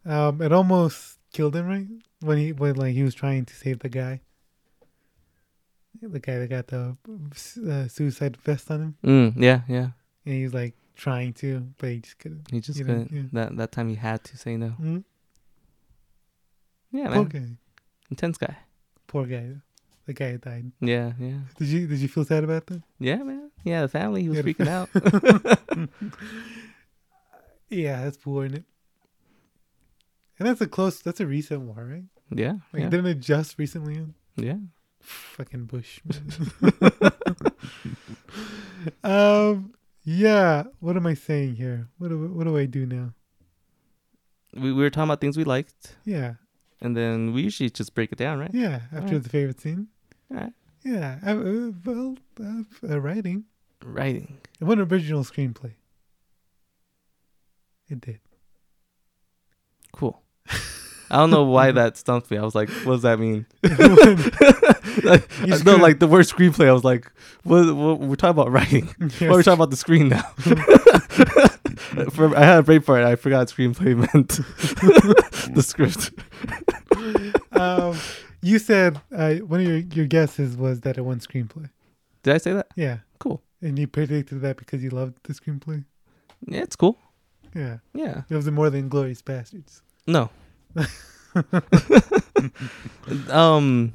um, it almost killed him, right? When he when like he was trying to save the guy. The guy that got the uh, suicide vest on him,
Mm, yeah, yeah.
and he was like trying to, but he just couldn't.
He just
You know,
couldn't.
yeah.
That that time he had to say no.
Mm?
Yeah, man.
Poor guy.
Intense guy.
Poor guy. The guy that died.
Yeah, yeah.
Did you did you feel sad about that?
Yeah, man. Yeah, the family. He was
Yeah, the
freaking
[laughs]
out.
Yeah, that's poor, isn't it? And that's a close. That's a recent war, right?
yeah.
Like,
yeah.
didn't it just recently end?
Yeah.
Fucking Bush.
[laughs]
man. um. Yeah. What am I saying here? What do What do I do now?
We, we were talking about things we liked,
Yeah.
and then we usually just break it down, right?
Yeah. After
Alright.
the favorite scene.
Alright.
Yeah. I, uh, well, uh, uh, writing.
Writing.
It won original screenplay. It did. [laughs]
Cool. I don't know why that stumped me. I was like, what does that mean? like,
You
Uh, no,
screwed- [laughs]
like the word screenplay, I was like, what, what, we're talking about writing. Why are we talking about the
[laughs]
screen now? For, I had a brain fart. I forgot screenplay
[laughs]
[laughs] meant the script.
um, you said uh, one of your, your guesses was that it won screenplay.
Did I say that?
Yeah.
Cool.
And you predicted that because you loved the screenplay.
Yeah, it's cool.
Yeah.
Yeah.
It was more than Glorious Bastards.
No. [laughs] um.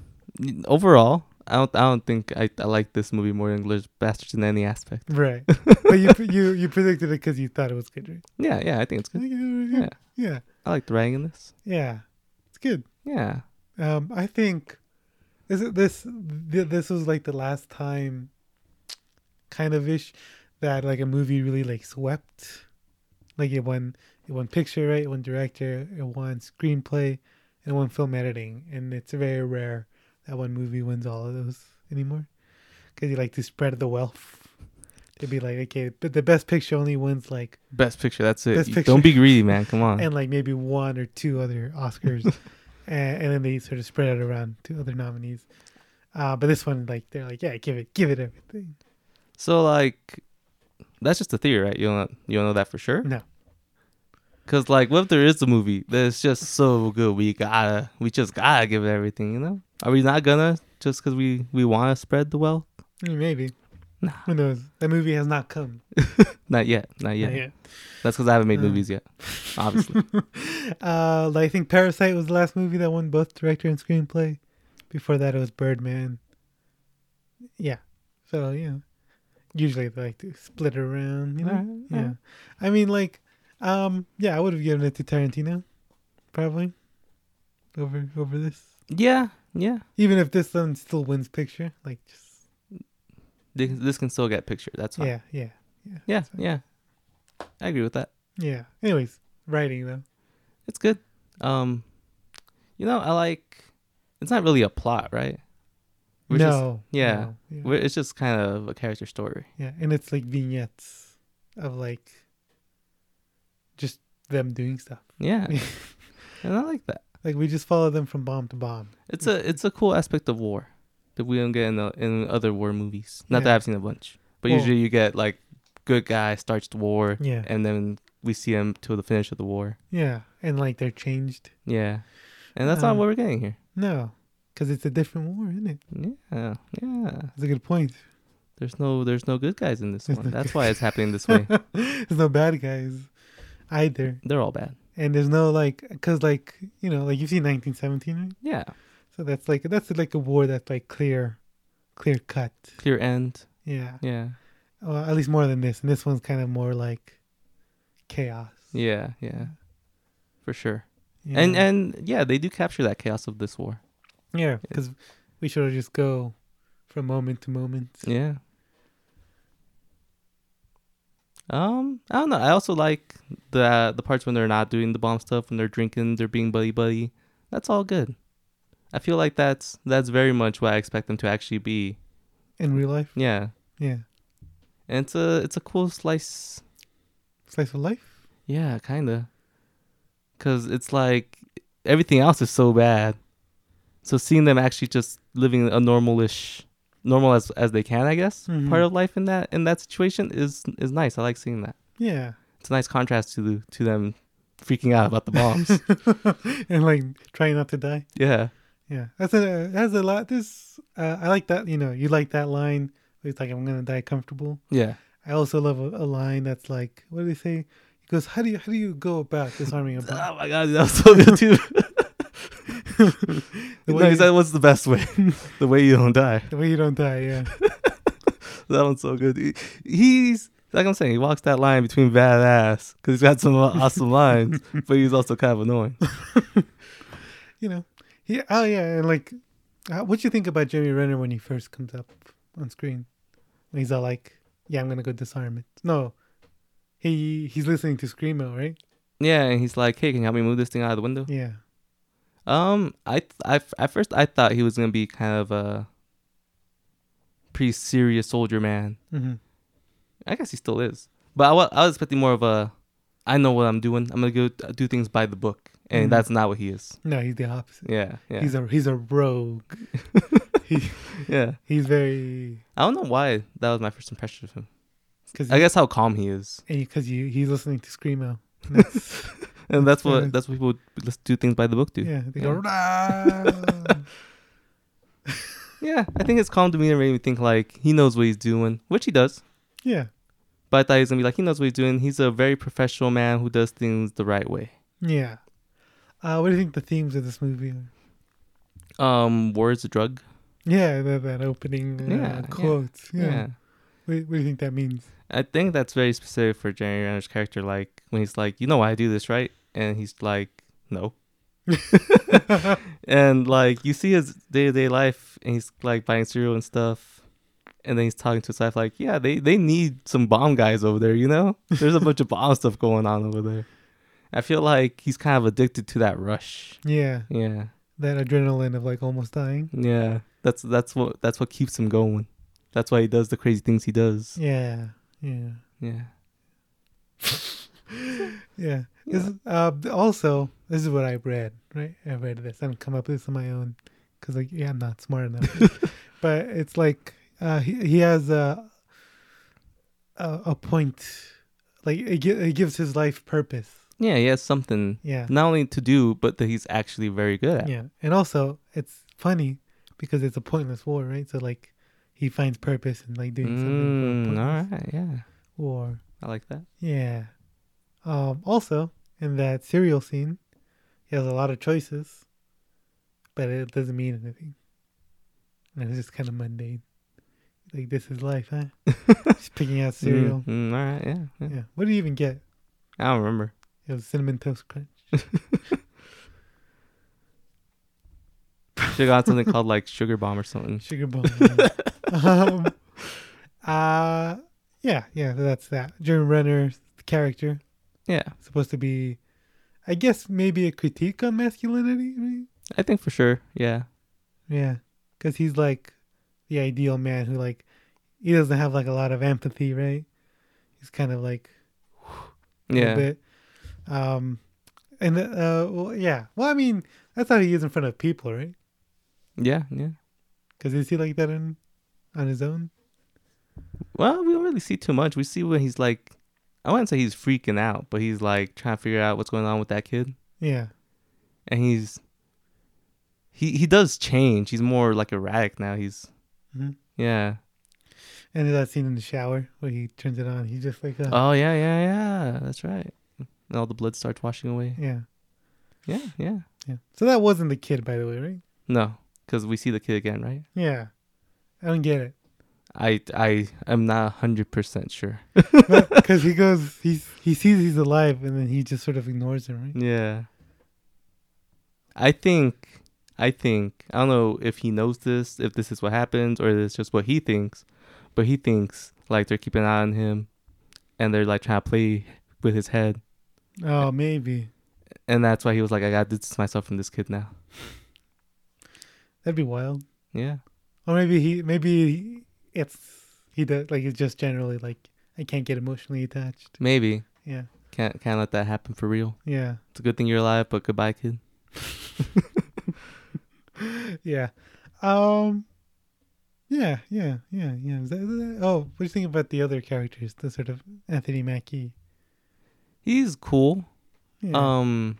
Overall, I don't. I don't think I, I like this movie more than English Bastards in any aspect.
Right. but you [laughs] you you predicted it because you thought it was good, right?
[laughs] Yeah. Yeah. I think it's
I
good.
think it was good. Yeah.
I like the writing in this.
Yeah. It's good.
Yeah.
Um, I think is it this th- this was like the last time kind of ish that like a movie really like swept like it won it won picture right it won director it won screenplay and it won film editing and it's very rare that one movie wins all of those anymore because you like to spread the wealth to be like okay but the best picture only wins like
Best picture. That's it.
Best
You-
picture.
Don't be greedy, man. Come on.
and like maybe one or two other Oscars, and, and then they sort of spread it around to other nominees. Uh, but this one, like they're like, yeah, give it, give it everything.
so like, that's just a theory, right? You don't. You don't know that for sure.
No,
Cause like, what if there is a movie that's just so good? We gotta. We just gotta give it everything. You know. Are we not gonna just cause we we want to spread the wealth?
Mm, maybe Who knows? That movie has not come.
Not yet. Not yet.
Not yet.
That's because I haven't made movies yet.
[laughs]
Obviously.
Uh, I think Parasite was the last movie that won both director and screenplay. Before that, it was Birdman. Yeah. So you know, usually they like to split around. You know.
Alright,
yeah.
alright.
I mean, like, um, yeah, I would have given it to Tarantino, probably, over over this.
yeah. Yeah.
Even if this one still wins picture, like, just
This, this can still get pictured. That's fine.
yeah, yeah,
Yeah. Yeah. I agree with that.
yeah. Anyways, writing though.
It's good. Um, you know, I like. It's not really a plot, right? We're just-
no.
yeah.
no, yeah.
we're- It's just kind of a character story.
Yeah, and it's like vignettes of like just them doing stuff. [laughs]
Yeah. and I like that.
Like we just follow them from bomb to bomb.
It's a it's a cool aspect of war that we don't get in the, in other war movies. Not that
Yeah.
I've seen a bunch, but
Well-
usually you get like good guy starts the war,
Yeah.
and then we see him till the finish of the war.
Yeah, and like they're changed.
Yeah, and that's
Uh,
not what we're getting here.
No, because it's a different war, isn't it?
Yeah, yeah.
That's a good point. [laughs]
There's no there's no good guys in this
There's
one.
no
That's why it's happening this [laughs] way.
there's no bad guys either,
They're all bad.
and there's no like, cause like you know, like you see 1917, right?
Yeah,
So that's like that's like a war that's like clear, clear cut.
clear end.
Yeah,
Yeah,
well, at least more than this, and this one's kind of more like chaos.
yeah, yeah. For sure.
you
And
know?
and yeah, they do capture that chaos of this war.
Yeah, because we should just go from moment to moment.
Yeah. Um, I don't know. I also like the the parts when they're not doing the bomb stuff, when they're drinking, they're being buddy buddy. That's all good. I feel like that's that's very much what I expect them to actually be.
In real life,
Yeah,
yeah,
and it's a it's a cool slice.
slice of life.
Yeah, kinda. Cause it's like everything else is so bad. So seeing them actually just living a normalish, normal as as they can, I guess,
Mhm.
part of life in that in that situation is is nice. I like seeing that.
Yeah, [laughs]
It's a nice contrast to the, to them freaking out about the [laughs] bombs.
and like trying not to die.
yeah,
Yeah, that's a that's a lot. This uh, I like that. You know, you like that line. It's like I'm gonna die comfortable.
yeah,
I also love a, a line that's like, what do they say? He goes, how do you how do you go about disarming a bomb?
Oh my god, that was so good [laughs] too.
The
no,
way
he said, "What's the best [laughs] way? the way you don't die."
[laughs] The way you don't die. Yeah,
That one's so good. He- He's like I'm saying, he walks that line between badass because he's got some [laughs] awesome lines, but he's also kind of annoying.
you know. He, oh yeah, and like, how, what you think about Jeremy Renner when he first comes up on screen? When he's all like, "Yeah, I'm gonna go disarm it." No, he he's listening to screamo, right?
Yeah, and he's like, "Hey, can you help me move this thing out of the window?"
Yeah,
Um, I, th- I, f- at first I thought he was gonna be kind of a pretty serious soldier man.
hmm
I guess he still is, but I wa- I was expecting more of a, I know what I'm doing. I'm gonna go t- do things by the book, and
Mhm.
that's not what he is.
no, he's the opposite.
Yeah, yeah,
He's a he's a rogue. he,
yeah.
he's very
I don't know why that was my first impression of him.
because
I guess how calm he is.
because you eh, he's listening to screamo. And that's-
and that's
Yeah.
what that's what people let's do things by the book do. Yeah.
yeah, they go. "Rah!"
I think his calm demeanor made me think like he knows what he's doing, which he does.
yeah,
But I thought he was gonna be like he knows what he's doing. He's a very professional man who does things the right way.
yeah. Uh, what do you think the themes of this movie are?
Um, war is a drug.
Yeah, that, that opening uh,
Yeah, yeah.
quote. Yeah.
Yeah.
What, what do you think that means?
I think that's very specific for Jeremy Renner's character. Like when he's like, you know why I do this, right? And he's like, no. and like you see his day to day life, and he's like buying cereal and stuff. And then he's talking to his wife, like, yeah, they, they need some bomb guys over there, you know? There's a bunch of bomb stuff going on over there. I feel like he's kind of addicted to that rush.
Yeah,
Yeah.
that adrenaline of like almost dying.
Yeah. That's that's what that's what keeps him going. That's why he does the crazy things he does.
Yeah, yeah,
Yeah.
yeah. This is, uh, th- also, this is what I read. Right, I read this and come up with this on my own because like yeah, I'm not smart [laughs] enough. but it's like uh, he he has a a, a point. Like it, gi- it gives his life purpose.
Yeah, he has something
Yeah,
not only to do, but that he's actually very good at.
yeah. And also, it's funny because it's a pointless war, right? So like he finds purpose in like doing something. for a
Mm,
purpose.
all right, yeah,
Or
I like that. Mm,
yeah. Um, also, in that cereal scene, he has a lot of choices, but it doesn't mean anything. And it's just kind of mundane. Like this is life, huh? just picking out cereal.
Mm, mm, all right, yeah, yeah.
Yeah. What do you even get?
I don't remember.
It was cinnamon toast crunch.
Should have got something called like Sugar Bomb or something.
Sugar bomb. yeah. um, uh, yeah, yeah. That's that. Jeremy Renner's character
Yeah,
supposed to be, I guess, maybe a critique on masculinity. Right?
I think for sure. Yeah,
Yeah, because he's like the ideal man who like he doesn't have like a lot of empathy, right? He's kind of like a little
yeah,
bit. Um, and uh, well, yeah. Well, I mean, that's how he is in front of people, right?
yeah, yeah.
Because is he like that in, on his own?
Well, we don't really see too much. We see when he's like, I wouldn't say he's freaking out, but he's like trying to figure out what's going on with that kid,
Yeah.
and he's he he does change. He's more like erratic now. He's
Mhm.
yeah.
And that scene in the shower where he turns it on, he's just like, uh,
Oh yeah, yeah, yeah. That's right. And all the blood starts washing away.
yeah,
Yeah, yeah.
yeah. So that wasn't the kid, by the way, right?
No, because we see the kid again, right?
Yeah. I don't get it [laughs]
I I am not hundred percent sure.
because he goes, he's he sees he's alive, and then he just sort of ignores him, right?
Yeah. I think I think I don't know if he knows this, if this is what happens, or it's just what he thinks. But he thinks like they're keeping an eye on him, and they're like trying to play with his head,
Oh, maybe
and that's why he was like, "I got to distance myself from this kid now."
that'd be wild.
Yeah.
Or maybe he, maybe it's he does like it's just generally like I can't get emotionally attached.
Maybe
Yeah,
can't can't let that happen for real.
yeah,
It's a good thing you're alive, but goodbye, kid.
yeah. Um, yeah, yeah, yeah, yeah. Is that- is that- oh, what do you think about the other characters? The sort of Anthony Mackie.
He's cool.
Yeah.
Um,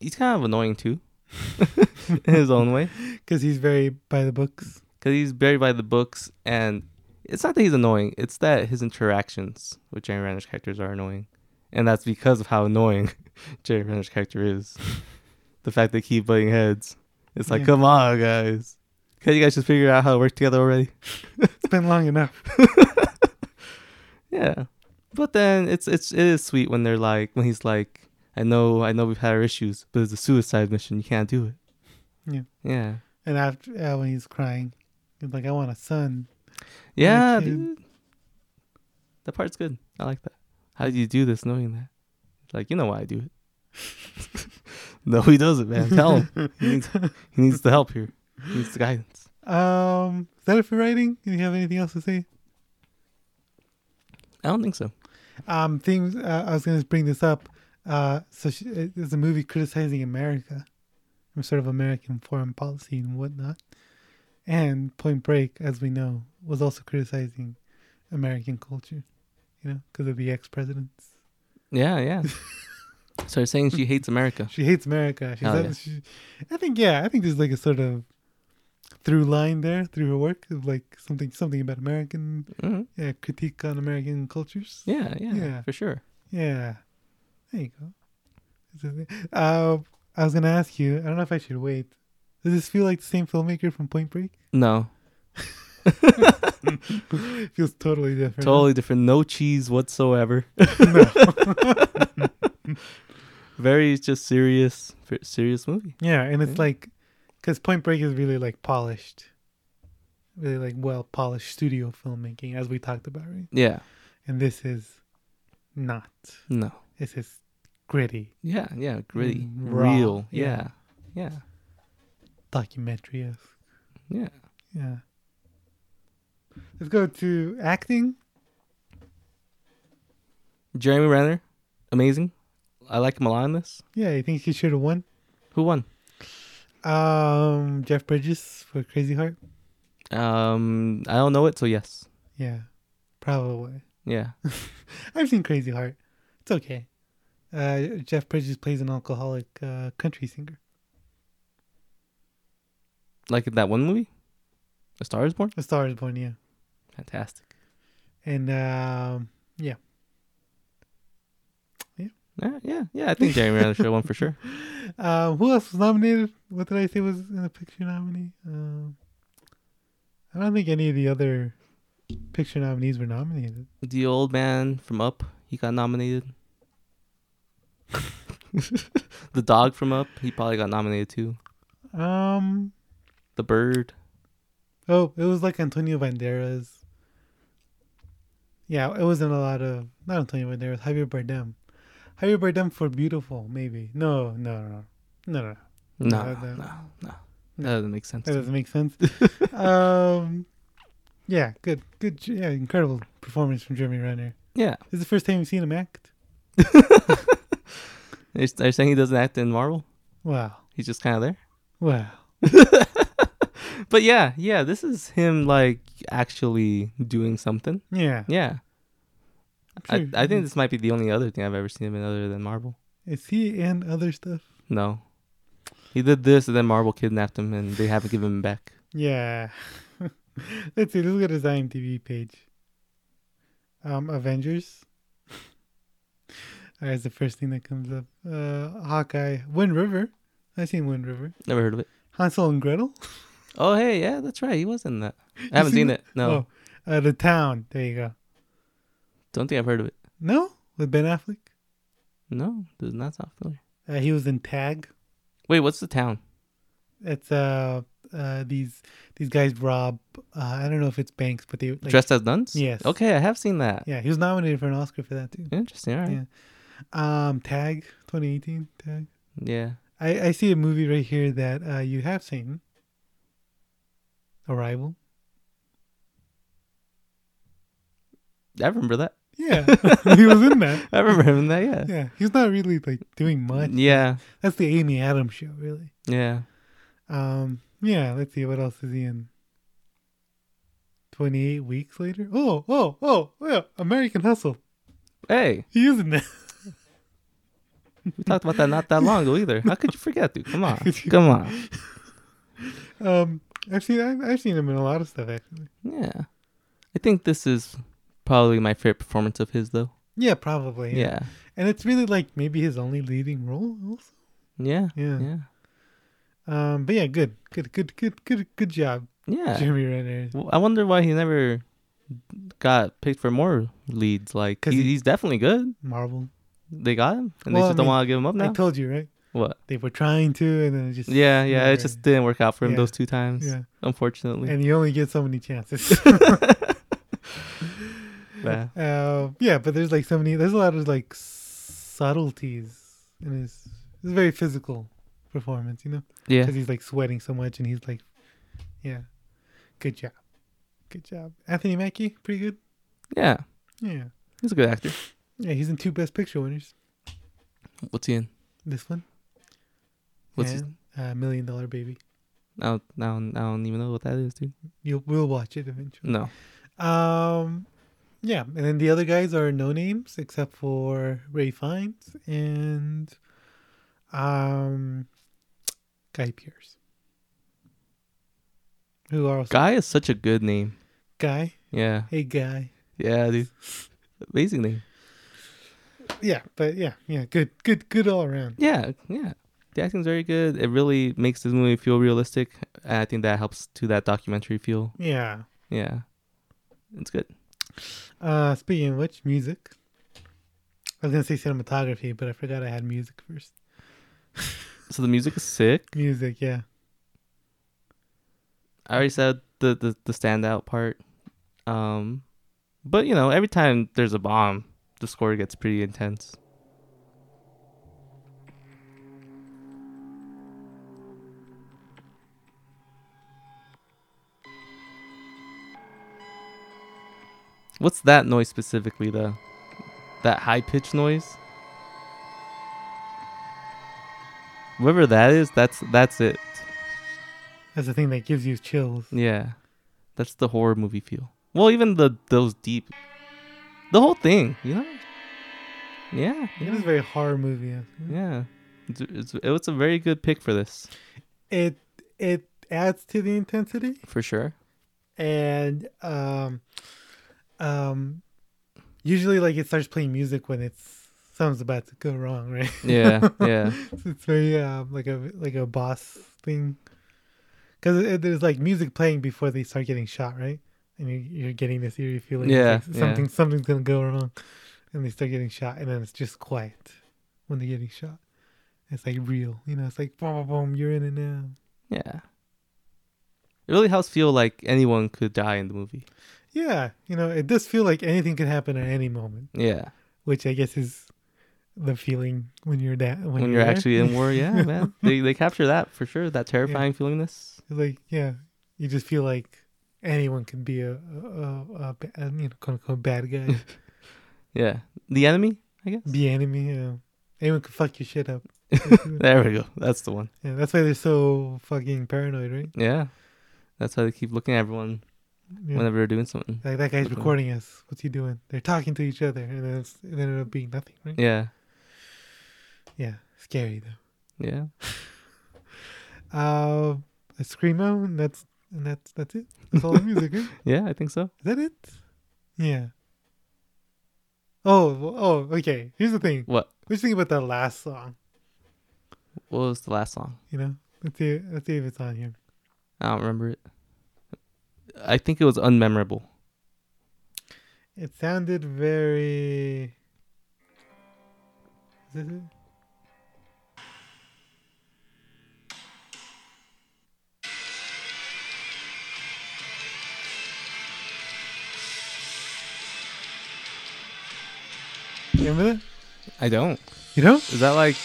he's kind of annoying too, [laughs] in his own way.
because he's very by the books.
because he's buried by the books, and it's not that he's annoying; it's that his interactions with Jerry Renner's characters are annoying, and that's because of how annoying [laughs] Jerry Renner's character is. the fact they keep butting heads, it's like,
Yeah.
come on, guys, can you guys just figure out how to work together already?
It's been long enough.
Yeah, but then it's it's it is sweet when they're like when he's like, I know I know we've had our issues, but it's a suicide mission; you can't do it.
Yeah.
Yeah.
And after uh, when he's crying, he's like, "I want a son."
Yeah,
kid.
dude. That part's good. I like that. How do you do this knowing that? Like, you know why I do it. [laughs] no, he doesn't, man. Tell him. He needs, he needs the help here. He needs the guidance.
Um, is that it for writing? Do you have anything else to say?
I don't think so.
Um, things uh, I was going to bring this up. Uh, so she, it- it's a movie criticizing America, or sort of American foreign policy and whatnot. And Point Break, as we know, was also criticizing American culture, you know, because of the ex-presidents. [laughs]
Yeah, yeah. so you're saying she hates America.
She hates America. She's
Hell yeah.
she, I think yeah, I think there's like a sort of through line there through her work of like something something about American
Mhm.
yeah, critique on American cultures.
Yeah, yeah,
Yeah.
for sure.
Yeah. There you go. This is- Uh, I was gonna ask you, I don't know if I should wait. Does this feel like the same filmmaker from Point Break? [laughs]
No,
It feels totally different.
totally different. No cheese
[laughs]
whatsoever. [laughs] Very just serious, ver- serious movie.
Yeah, and it's like, because Point Break is really like polished, really like well polished studio filmmaking, as we talked about, right?
Yeah.
and this is not.
No.
This is gritty
Yeah, yeah, gritty,
Mm, raw,
real.
yeah.
yeah, yeah.
documentary. esque.
Yeah.
Yeah. Let's go to acting.
Jeremy Renner, amazing. I like him a lot in this.
Yeah, you think he should have won?
Who won?
Um, Jeff Bridges for Crazy Heart.
Um, I don't know it, so yes.
Yeah, probably.
Yeah.
I've seen Crazy Heart. It's okay. Uh, Jeff Bridges plays an alcoholic uh, country singer.
like in that one movie? A Star is Born?
A Star is Born, yeah.
Fantastic.
And um, yeah,
Yeah, yeah, yeah. I think Jeremy Renner should have won for sure.
um, who else was nominated? What did I say was in the picture nominee? Um, I don't think any of the other picture nominees were nominated.
The old man from Up, he got nominated. [laughs] the dog from Up, he probably got nominated too.
Um,
The bird.
oh, it was like Antonio Banderas. Yeah, it wasn't a lot of not Antonio Banderas, Javier Bardem. Javier Bardem for Beautiful, maybe. No, no, no, no, no. no.
No,
Uh,
no,
the-
no. That doesn't make sense.
That
to me.
doesn't make
[laughs]
sense. um, yeah, good, good, j- yeah, incredible performance from Jeremy Renner.
Yeah.
This is the first time you've seen him act.
They're, they're saying he doesn't act in Marvel.
Wow,
He's just kind of there.
wow,
But yeah, yeah, this is him like actually doing something.
yeah.
Yeah.
Sure.
I, I think this might be the only other thing I've ever seen him in other than Marvel.
Is he in other stuff?
No. He did this and then Marvel kidnapped him and they haven't given him back.
Yeah. [laughs] Let's see. Let's look at his IMDb page. Um, Avengers. [laughs] That's the first thing that comes up. Uh, Hawkeye, Wind River. I've seen Wind River.
Never heard of it.
Hansel and Gretel.
Oh, hey, yeah, that's right. He was
[laughs]
in that. I haven't
seen
seen it. No.
Oh, uh, the Town. There you go.
Don't think I've heard of it.
No, with Ben Affleck.
No, does not sound familiar.
Uh, he was in Tag.
Wait, what's the town?
It's uh, uh these these guys rob. Uh, I don't know if it's banks, but they like,
Dressed as nuns?
Yes.
Okay, I have seen that.
Yeah, he was nominated for an Oscar for that too.
Interesting. All right.
Um, Tag 2018. Tag.
Yeah.
I I see a movie right here that uh you have seen. Arrival.
I remember that.
Yeah, [laughs] he was in that.
I remember him in that. Yeah.
[laughs] Yeah, he's not really like doing much.
Yeah.
That's the Amy Adams show, really.
Yeah.
Um, yeah, let's see what else is he in. Twenty eight weeks later. Oh, oh, oh, yeah, American Hustle.
Hey,
He is in that. [laughs]
we talked about that not that long ago either. How could you forget, dude?
[laughs]
Come on. Come on.
Um, I've seen I've, I've seen him in a lot of stuff actually.
Yeah. I think this is probably my favorite performance of his, though.
Yeah, probably.
Yeah.
and it's really like maybe his only leading role also.
Yeah.
Yeah.
Yeah.
Um, but yeah, good, good, good, good, good, good job,
Yeah.
Jeremy Renner.
Well, I wonder why he never got picked for more leads. Like,
'Cause
he,
he-
he's definitely good.
Marvel.
They got him, and
Well,
they
I
just don't
mean,
want to give him up
I
now.
told you right.
what?
They were trying to, and then it just
Yeah, yeah.
never-
It just didn't work out for him
Yeah.
those two times.
Yeah.
Unfortunately.
and you only get so many
[laughs]
chances. [laughs]
yeah.
Uh, yeah, but there's like so many. There's a lot of like subtleties in his. It's a very physical performance, you know,
Yeah.
because he's like sweating so much, and he's like, yeah, good job, good job. Anthony Mackie, pretty good.
Yeah.
Yeah,
He's a good actor.
yeah. He's in two Best Picture winners.
What's he in?
This one,
What's his?
and, uh, Million Dollar Baby.
I don't, I don't, I don't even know what that is, dude.
You'll we'll watch it eventually.
No.
Um, yeah, and then the other guys are no names except for Ray Fiennes and um Guy Pierce, who are also
Guy is such a good name.
guy.
Yeah.
Hey, guy.
Yeah, dude. Amazing name.
Yeah, but yeah, yeah, good, good, good all around.
Yeah, yeah. The acting's very good. It really makes this movie feel realistic, and I think that helps to that documentary feel.
Yeah.
Yeah, it's good.
Uh, speaking of which, music. I was gonna say cinematography, but I forgot I had music first.
So the music is sick.
Music, yeah.
I already said the the, the standout part. Um, but you know, every time there's a bomb, the score gets pretty intense. What's that noise specifically, though? That high pitched noise. Whatever that is, that's that's it.
That's the thing that gives you chills.
Yeah, that's the horror movie feel. Well, even the those deep, the whole thing, you know. Yeah,
It is a
yeah,
very horror movie. yeah.
yeah. It's, it's, it was a very good pick for this,
it it adds to the intensity
for sure.
and um, um, usually like it starts playing music when it's something's about to go wrong, right? [laughs]
[laughs] Yeah, yeah.
So it's very um, like a like a boss thing, because there's like music playing before they start getting shot, right? And you, you're getting this eerie feeling, it's
Yeah,
like
yeah.
something something's gonna go wrong, and they start getting shot, and then it's just quiet when they're getting shot. It's like real, you know. It's like boom, boom, boom. You're in it now.
Yeah. It really helps feel like anyone could die in the movie.
Yeah, you know, it does feel like anything could happen at any moment,
Yeah.
which I guess is the feeling when you're that when,
When you're
there.
actually in war, [laughs] yeah, man. They they capture that for sure. That terrifying feelingness.
like yeah, you just feel like anyone can be a a, a, a ba- a, you know quote unquote bad
[laughs]
guy,
Yeah. The enemy, I guess.
be enemy. You know. Anyone can fuck your
[laughs]
shit up.
There we go. That's the one.
Yeah, that's why they're so fucking paranoid, right?
Yeah. That's why they keep looking at everyone
Yeah.
whenever they're doing something.
Like that guy's
Definitely.
recording us. What's he doing? They're talking to each other, and then it's, it ended up being nothing, right?
Yeah.
Yeah, scary though.
Yeah.
Uh, a screamo, and that's and that's that's it. That's all the
[laughs]
music. Right?
Yeah, I think so.
Is that it? Yeah. Oh, w- oh, okay. Here's the thing.
What
What you think about that last song?
what was the last song?
You know, let's see, let's see if it's on here.
I don't remember it. I think it was unmemorable.
It sounded very. Is this it? You Remember that?
I don't.
You know?
Is that like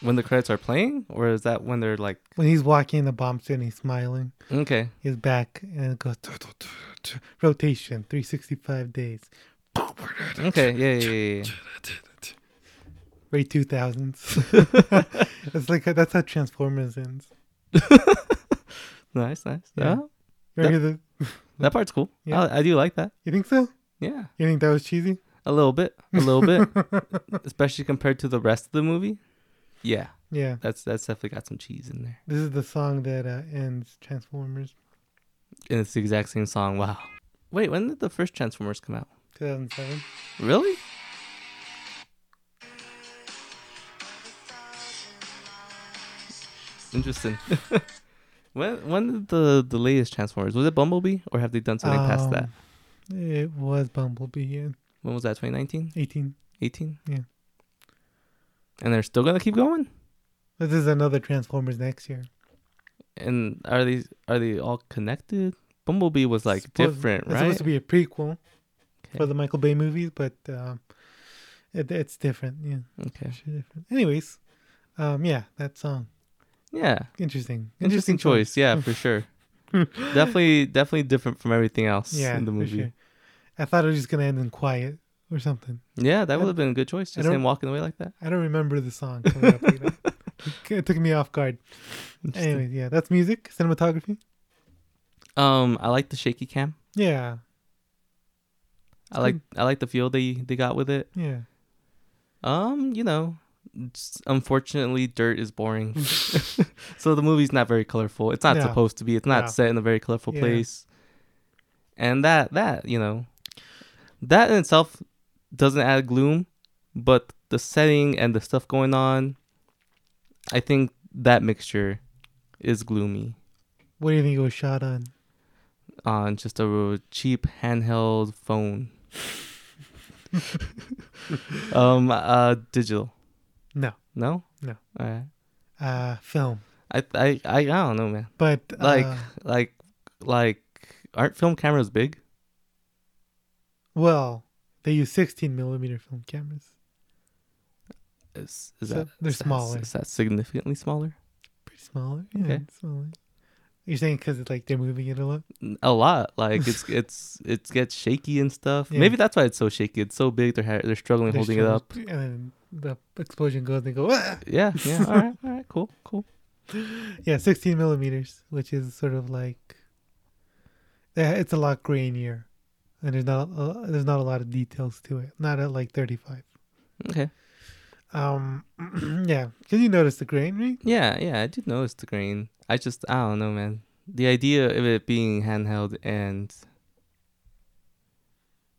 when the credits are playing, or is that when they're like,
When he's walking, the bomb's in, he's smiling.
okay,
his back and it goes rotation 365 days
okay, yeah, yeah, yeah, yeah.
right 2000s [laughs] it's like that's how transformers ends
nice, nice.
Yeah.
Yeah,
you, wanna hear the,
that part's cool.
Yeah.
I, I do like that.
you think so
Yeah,
you think that was cheesy
a little bit, a little [laughs] bit, especially compared to the rest of the movie. Yeah,
yeah
that's that's definitely got some cheese in there,
this is the song that uh, ends transformers
and it's the exact same song. Wow. Wait, when did the first Transformers come out?
2007
Really? Interesting. [laughs] when when did the the latest Transformers was it Bumblebee or have they done something past that?
Um, it was bumblebee yeah
When was that? 2019,
18
18?
Yeah.
And they're still gonna keep going.
this is another transformers next year
And are these are they all connected? Bumblebee was like
Supposed-
different,
it's
right?
supposed to be a prequel for
Okay.
the michael bay movies but um, it, it's different yeah
okay.
Shit different. Anyways, um, yeah, that song.
Yeah.
Interesting.
Interesting choice.
[laughs]
Yeah, for sure. definitely, definitely different from everything else
Yeah,
in the
for
movie.
sure. I thought it was just gonna end in quiet or something.
Yeah, that would have been a good choice.
I
Just
don't-
him walking away like that.
I don't remember the
[laughs]
song. Coming up, you know? It took me off guard.
Interesting.
Anyways, yeah, that's music, cinematography.
Um, I like the shaky cam.
Yeah,
I like I like the feel they they got with it.
yeah.
Um, you know, it's- unfortunately, dirt is boring. [laughs] so the movie's not very colorful. It's not
No.
supposed to be. It's not
No.
set in a very colorful
Mm. Yeah.
place. And that that you know, that in itself doesn't add gloom, but the setting and the stuff going on, I think that mixture is gloomy
What do you think it was shot on?
on just a cheap
[laughs]
handheld phone. um, uh, digital.
No,
No.
No.
All right.
uh, film.
I I I, I don't know, man.
But uh,
Like like like aren't film cameras big?
well, they use 16 millimeter film cameras.
Is, is
So
that
they're
is that-
smaller.
Is that significantly smaller?
Pretty smaller. Yeah,
Okay.
smaller. You're saying because it's like they're moving it a lot.
N- A lot.
[laughs]
Like it's it's it gets shaky and stuff.
Yeah.
Maybe that's why it's so shaky. It's so big. They're ha- they're struggling
They're
holding
still-
it up.
and then the explosion goes. and They go. "Ah!"
Yeah. Yeah. all right. All right. Cool. Cool.
Yeah, 16 millimeters, which is sort of like yeah, it's a lot grainier, and there's not a, there's not a lot of details to it. Not at like 35.
Okay.
Um, [clears throat] yeah, because you notice the grain, right?
Yeah. Yeah. I did notice the grain. I just I don't know, man. the idea of it being handheld and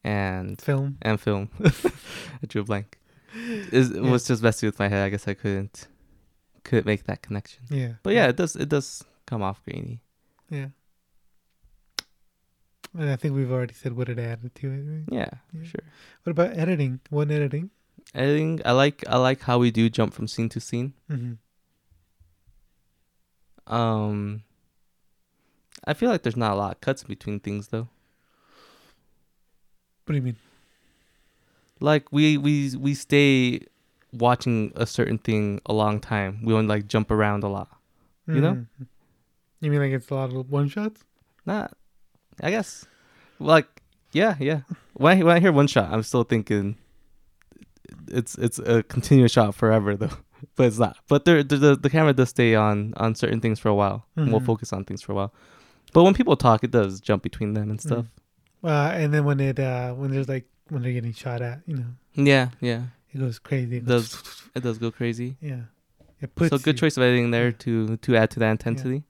and
Film.
and film. [laughs] I drew a blank. Is
Yeah.
was just messing with my head. I guess I couldn't couldn't make that connection.
Yeah.
But yeah, it does it does come off grainy.
Yeah. And I think we've already said what it added to it. Right?
Yeah,
Yeah.
sure.
What about editing? One editing.
I think I like I like how we do jump from scene to scene.
Mm-hmm.
Um I feel like there's not a lot of cuts between things though.
What do you mean?
Like we we we stay watching a certain thing a long time. We don't like jump around a lot. You know?
Mhm. You mean like it's a lot of one shots?
Not, I guess. Like, yeah, yeah. When I, when I hear one shot, I'm still thinking it's it's a continuous shot forever though, [laughs] but it's not. But there, the the, the camera does stay on on certain things for a while, and we'll
Mhm.
focus on things for a while. But when people talk, it does jump between them and
Mm.
stuff.
Uh, and then when it uh when there's like when they're getting shot at, you know,
Yeah, yeah.
it goes crazy. It
It
goes,
does it does go crazy.
yeah. It puts
so good
you-
choice of editing there to to add to that intensity.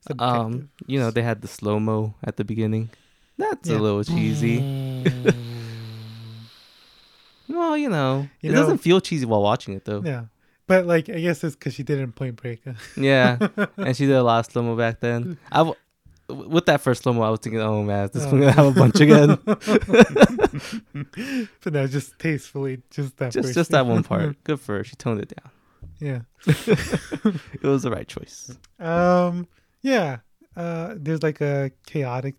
Subjective.
Um, you know they had the slow mo at the beginning. That's
Yeah. Mm.
a little cheesy. Well, you know,
You
it
know-
doesn't feel cheesy while watching it though.
[laughs] yeah. But like I guess it's because she did it in Point Break. huh?
Yeah, and she did a lot of slow mo back then. I w- w- with that first slow mo, I was thinking, oh man, is this one gonna have a bunch
[laughs]
again?
[laughs] but no, just tastefully, just that.
just
first
just that
scene.
one
[laughs]
part. Good for her. She toned it down.
yeah.
It was the right choice.
Um. Yeah. Uh. There's like a chaotic,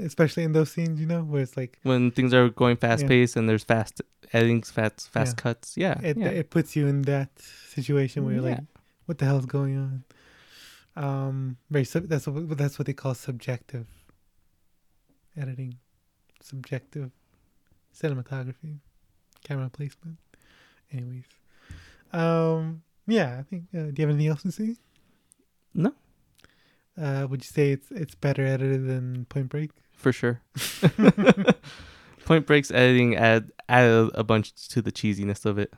especially in those scenes, you know, where it's like
When things are going fast
Yeah.
paced and there's fast editings, fast fast
Yeah.
cuts. Yeah,
it
yeah.
it puts you in that situation where you're like,
Yeah.
what the hell's going on? Um. Very. Sub- that's what that's what they call subjective editing, subjective cinematography, camera placement. Anyways. Um. Yeah. I think. Uh, do you have anything else to say?
No.
Uh, would you say it's it's better edited than Point Break?
for sure. [laughs] Point Break's editing add added a bunch to the cheesiness of it.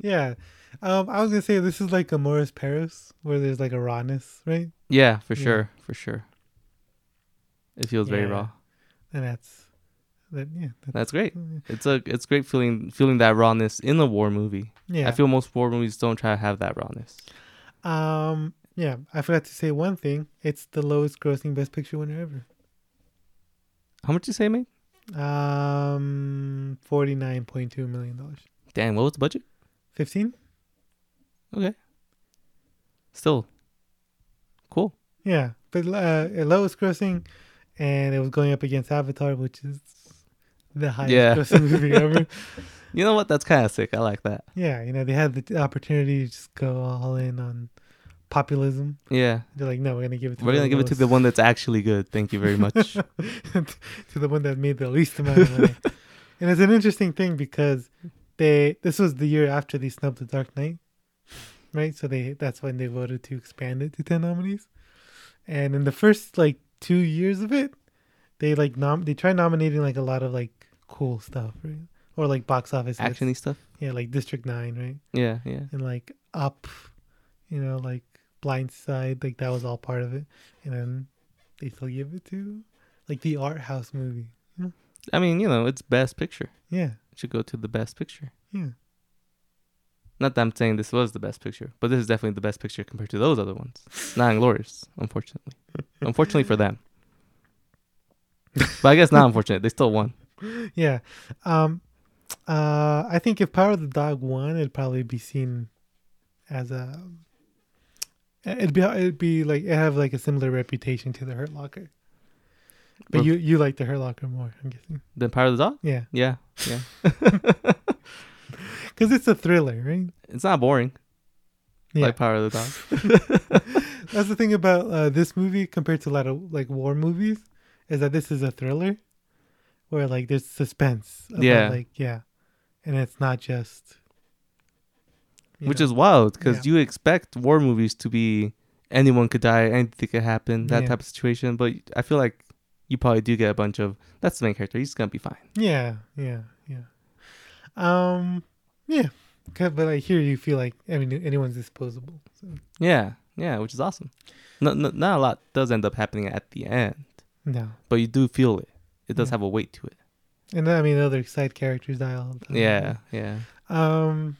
yeah. Um, I was gonna say this is like a Morris Paris where there's like a rawness, right?
Yeah, for
Yeah.
sure, for sure. It feels very
Yeah.
raw.
And that's that. Yeah. That,
That's great. It's a it's great feeling feeling that rawness in a war movie.
yeah.
I feel most war movies don't try to have that rawness.
um. Yeah. I forgot to say one thing. It's the lowest grossing Best Picture winner ever.
How much you say, mate?
Um, forty nine point two million dollars.
Damn, what was the budget?
Fifteen.
Okay. Still. Cool.
Yeah, but uh, it lowest grossing, and it was going up against Avatar, which is the highest
Yeah. [laughs]
grossing movie ever.
You know what? That's kind of sick. I like that.
Yeah, you know, they had the opportunity to just go all in on populism.
Yeah.
They're like, no, we're gonna give it. To
We're
the
going to give it to the one that's actually good. Thank you
[laughs]
very much.
lowest- to the one that made the least amount of money. and it's an interesting thing because they this was the year after they snubbed the Dark Knight, right? So they that's when they voted to expand it to ten nominees, and in the first like two years of it, they like nom they try nominating like a lot of like cool stuff, right? Or like box office hits.
Actiony stuff.
yeah, like District Nine, right?
Yeah, yeah.
and like up, you know, like blindside, like that was all part of it. And then they still give it to like the art house movie.
I mean, you know, it's best picture.
Yeah.
It should go to the best picture.
Yeah.
Not that I'm saying this was the best picture, but this is definitely the best picture compared to those other ones. Not glorious, unfortunately. unfortunately for them. But I guess not unfortunate. They still won.
Yeah. Um uh I think if Power of the Dog won, it'd probably be seen as a it'd be it'd be like it have like a similar reputation to the Hurt Locker. But
Well-
you you like the Hurt Locker more, I'm guessing.
The Power of the Dog?
Yeah.
Yeah, yeah.
Cuz it's a thriller, right?
It's not boring.
Yeah.
Like Power of the Dog.
[laughs] That's the thing about uh, this movie compared to a lot of like war movies, is that this is a thriller, where like there's suspense. about,
Yeah.
Like yeah, and it's not just. you
which
know,
is wild because
Yeah.
you expect war movies to be anyone could die, anything could happen, that
Yeah.
type of situation. But I feel like you probably do get a bunch of that's the main character. He's gonna be fine.
yeah, yeah, yeah. Um, yeah, 'Cause- but like here you feel like I mean anyone's disposable. So
Yeah, Yeah, which is awesome. No, no, not a lot does end up happening at the end,
No.
but you do feel it. It does have a weight to it.
And then, I mean, other side characters die all the time.
Yeah, yeah.
Um,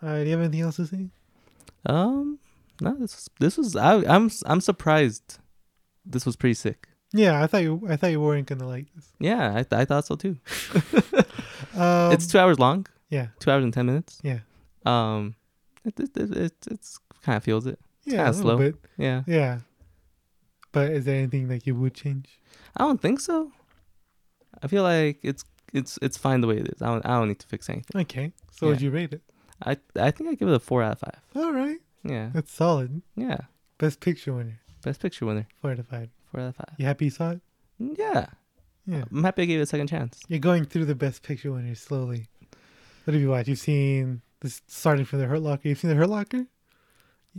uh, do you have anything else to say?
Um, no, this was, this was I, I'm I'm surprised. This was pretty sick.
Yeah, I thought you, I thought you weren't gonna like this.
Yeah, I, th- I thought so too.
Um,
it's two hours long,
yeah,
two hours and ten minutes.
yeah,
Um, it it it, it it's kind of feels it.
yeah, a
kinda
little
slow.
bit.
Yeah,
Yeah, but is there anything that you would change?
I don't think so. I feel like it's it's it's fine the way it is. I don't I don't need to fix anything.
Okay, so would
Yeah.
you rate it?
I I think I give it a four out of five.
All right,
Yeah,
that's solid.
yeah.
Best picture winner,
Best picture winner,
four out of five.
four out of five.
You happy you saw it?
Yeah,
Yeah.
I'm happy I gave it a second chance.
You're going through the best picture winners slowly. What have you watched? You've seen this starting from the Hurt Locker. You've seen the Hurt Locker.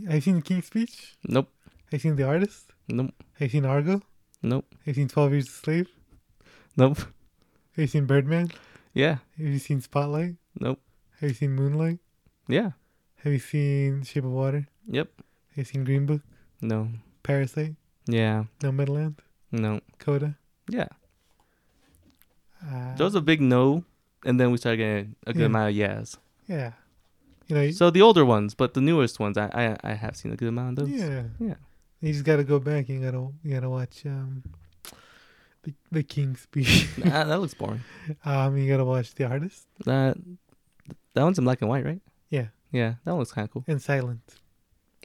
Have you seen the King's Speech?
Nope,
Have you seen the Artist?
nope,
Have you seen Argo?
nope,
Have you seen Twelve Years a Slave?
nope. [laughs]
Have you seen Birdman?
Yeah,
Have you seen Spotlight?
nope.
Have you seen Moonlight?
Yeah,
Have you seen Shape of Water?
yep.
Have you seen Green Book?
No.
Parasite?
Yeah.
Nomadland?
No.
Coda?
Yeah.
Uh,
There was a big no, and then we started getting a good
Yeah.
amount of yes.
yeah. You know,
So the older ones, but the newest ones, I I, I have seen a good amount of those. [laughs]
yeah.
Yeah.
You just gotta go back. You gotta you gotta watch um the the King's
[laughs]
Speech.
Nah, Ah, that looks boring.
[laughs] um, you gotta watch The Artist
That that one's in black and white, right?
Yeah.
Yeah, that one looks kind of cool.
and Silent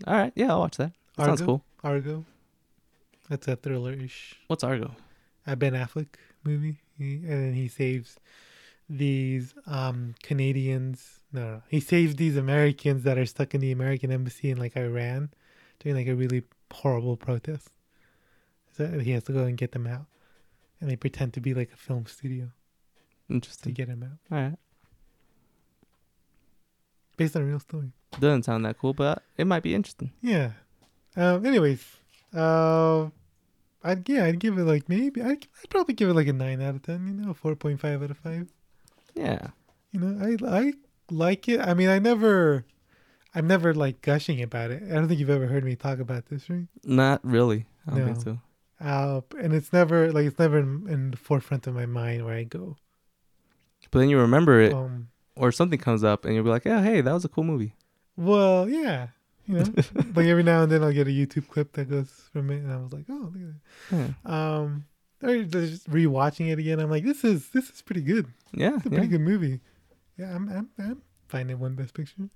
All right, yeah, I'll watch that. that sounds
Argo?
cool.
Argo. That's a thriller ish.
What's Argo?
a Ben Affleck movie, he, and then he saves these um Canadians. No, no, he saves these Americans that are stuck in the American embassy in like Iran during like a really horrible protest. So he has to go and get them out, and they pretend to be like a film studio to
Interesting.
get him out,
All right,
based on a real story.
doesn't sound that cool, but it might be interesting.
Yeah. Um. Anyways, uh, I'd yeah, I'd give it like maybe I'd, I'd probably give it like a nine out of ten. You know, four point five out of five.
Yeah.
you know i i like it i mean i never i'm never like gushing about it i don't think you've ever heard me talk about this right
Not really. I don't
No.
think so.
uh, and it's never like it's never in, in the forefront of my mind where i go
But then you remember it,
um
or something comes up, and you'll be like, "Yeah, hey, that was a cool movie."
well yeah you know like every now and then i'll get a youtube clip that goes from it and i was like oh look at
Yeah.
that um or just rewatching it again i'm like this is this is pretty good
Yeah,
it's a
yeah.
pretty good movie yeah i'm i'm, I'm finding one best picture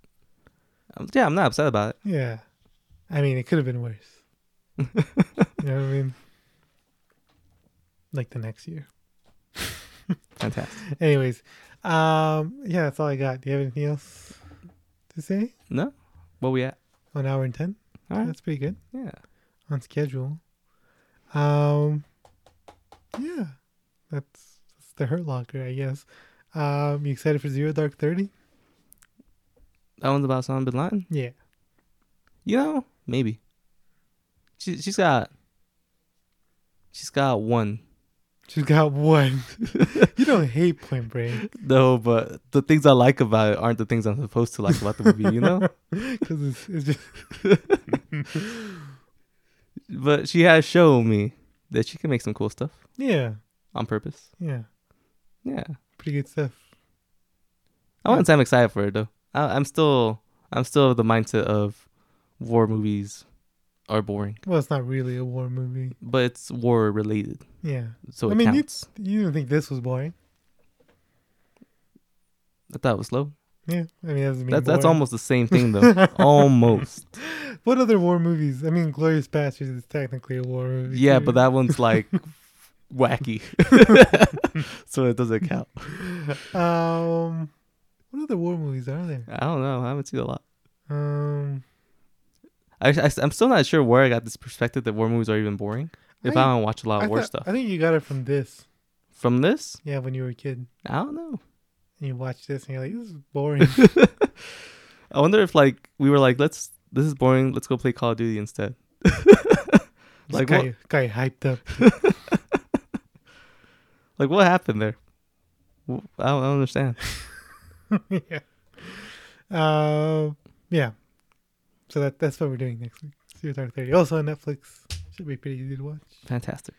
I'm- yeah. I'm not upset about it.
yeah i mean it could have been worse You know what I mean? Like the next year.
Fantastic.
Anyways, um, yeah, that's all I got. Do you have anything else to say?
No, where we at?
One hour and ten.
All right.
That's pretty good
Yeah.
on schedule. Um, yeah, that's, that's the Hurt Locker, I guess. Um, you excited for Zero Dark Thirty?
That one's about Osama bin Laden.
Yeah,
You know, maybe. She she's got. She's got one.
she's got one. [laughs] you don't hate Point Break [laughs]
No, but the things I like about it aren't the things I'm supposed to like about the movie. You
[laughs]
know.
because it's, it's just
but she has shown me that she can make some cool stuff
yeah,
on purpose.
yeah,
Yeah.
pretty good stuff.
I wouldn't say I'm excited for it though. I, I'm still I'm still of the mindset of war movies are boring,
Well, it's not really a war movie.
but it's war related,
Yeah,
so
I
it
mean, you-
counts.
you didn't think this was boring.
I thought it was slow.
Yeah, I mean, that doesn't mean
That's that's
boring.
almost the same thing
[laughs]
though. almost.
What other war movies? I mean, Glorious Bastards is technically a war movie.
Yeah,
too.
but that one's
[laughs]
like wacky, so it doesn't count.
Um, what other war movies are there?
I don't know. I haven't seen a lot.
Um,
I, I am still not sure where I got this perspective that war movies are even boring. If I,
I-
don't watch a lot
I
of Uh, war
thought-
stuff
I think you got it from this.
from this,
Yeah, when you were a kid
I don't know.
and you watched this and you're like, this is
[laughs]
boring.
I wonder if like we were like, let's this is boring. Let's go play Call of Duty instead.
like,
like
got,
what?
you, got you hyped up. [laughs]
Like what happened there? Wh- I don't, I don't
[laughs]
understand.
Uh, yeah. Um, yeah. So that that's what we're doing next week. Zero Dark Thirty. Also on Netflix. Should be pretty easy to watch.
Fantastic.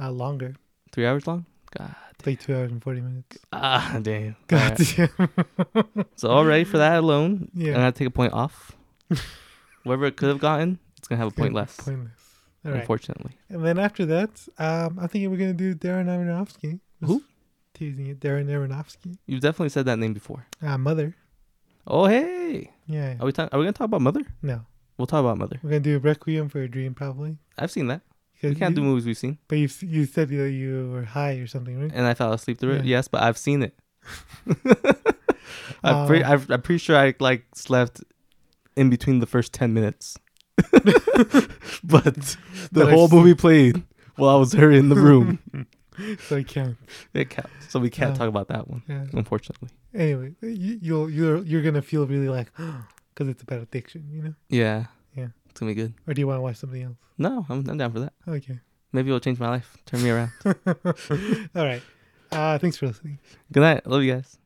Uh, longer.
Three hours long. God.
It's like two hours and forty minutes.
Ah, damn. All
God
right.
damn.
So already for that alone,
Yeah.
I'm gonna take a
[laughs]
point off. Whoever it could have gotten, it's gonna have a point
[laughs]
less.
Pointless. All right.
Unfortunately.
And then after that, um, I think we're gonna do Darren Aronofsky. Just
Who?
Teasing it. Darren Aronofsky.
You've definitely said that name before.
Uh, mother.
Oh hey.
Yeah.
Are we talking are we gonna talk about mother?
No.
We'll talk about mother.
We're gonna do Requiem for a Dream probably.
I've seen that. We
'Cause
can't
you,
do movies we've seen.
But you you said that you were high or something, right?
And I fell asleep through it.
Yeah.
Yes, but I've seen it. [laughs] I'm, pre-
Oh.
I've, I'm pretty sure I like slept in between the first ten
[laughs]
minutes, but the
But I
whole
s-
movie played while I was there in
[laughs]
the room.
So I can't.
it counts, so we can't
Oh.
talk about that one,
Yeah.
unfortunately.
Anyway, you, you'll you're you're gonna feel really like [gasps] because it's about addiction, you know.
Yeah,
Yeah.
it's gonna be good.
Or do you want to watch something else?
No, I'm, I'm down for that.
Okay. [laughs]
Maybe it'll change my life, turn me around.
All right. Uh, thanks for listening.
good night, love you guys.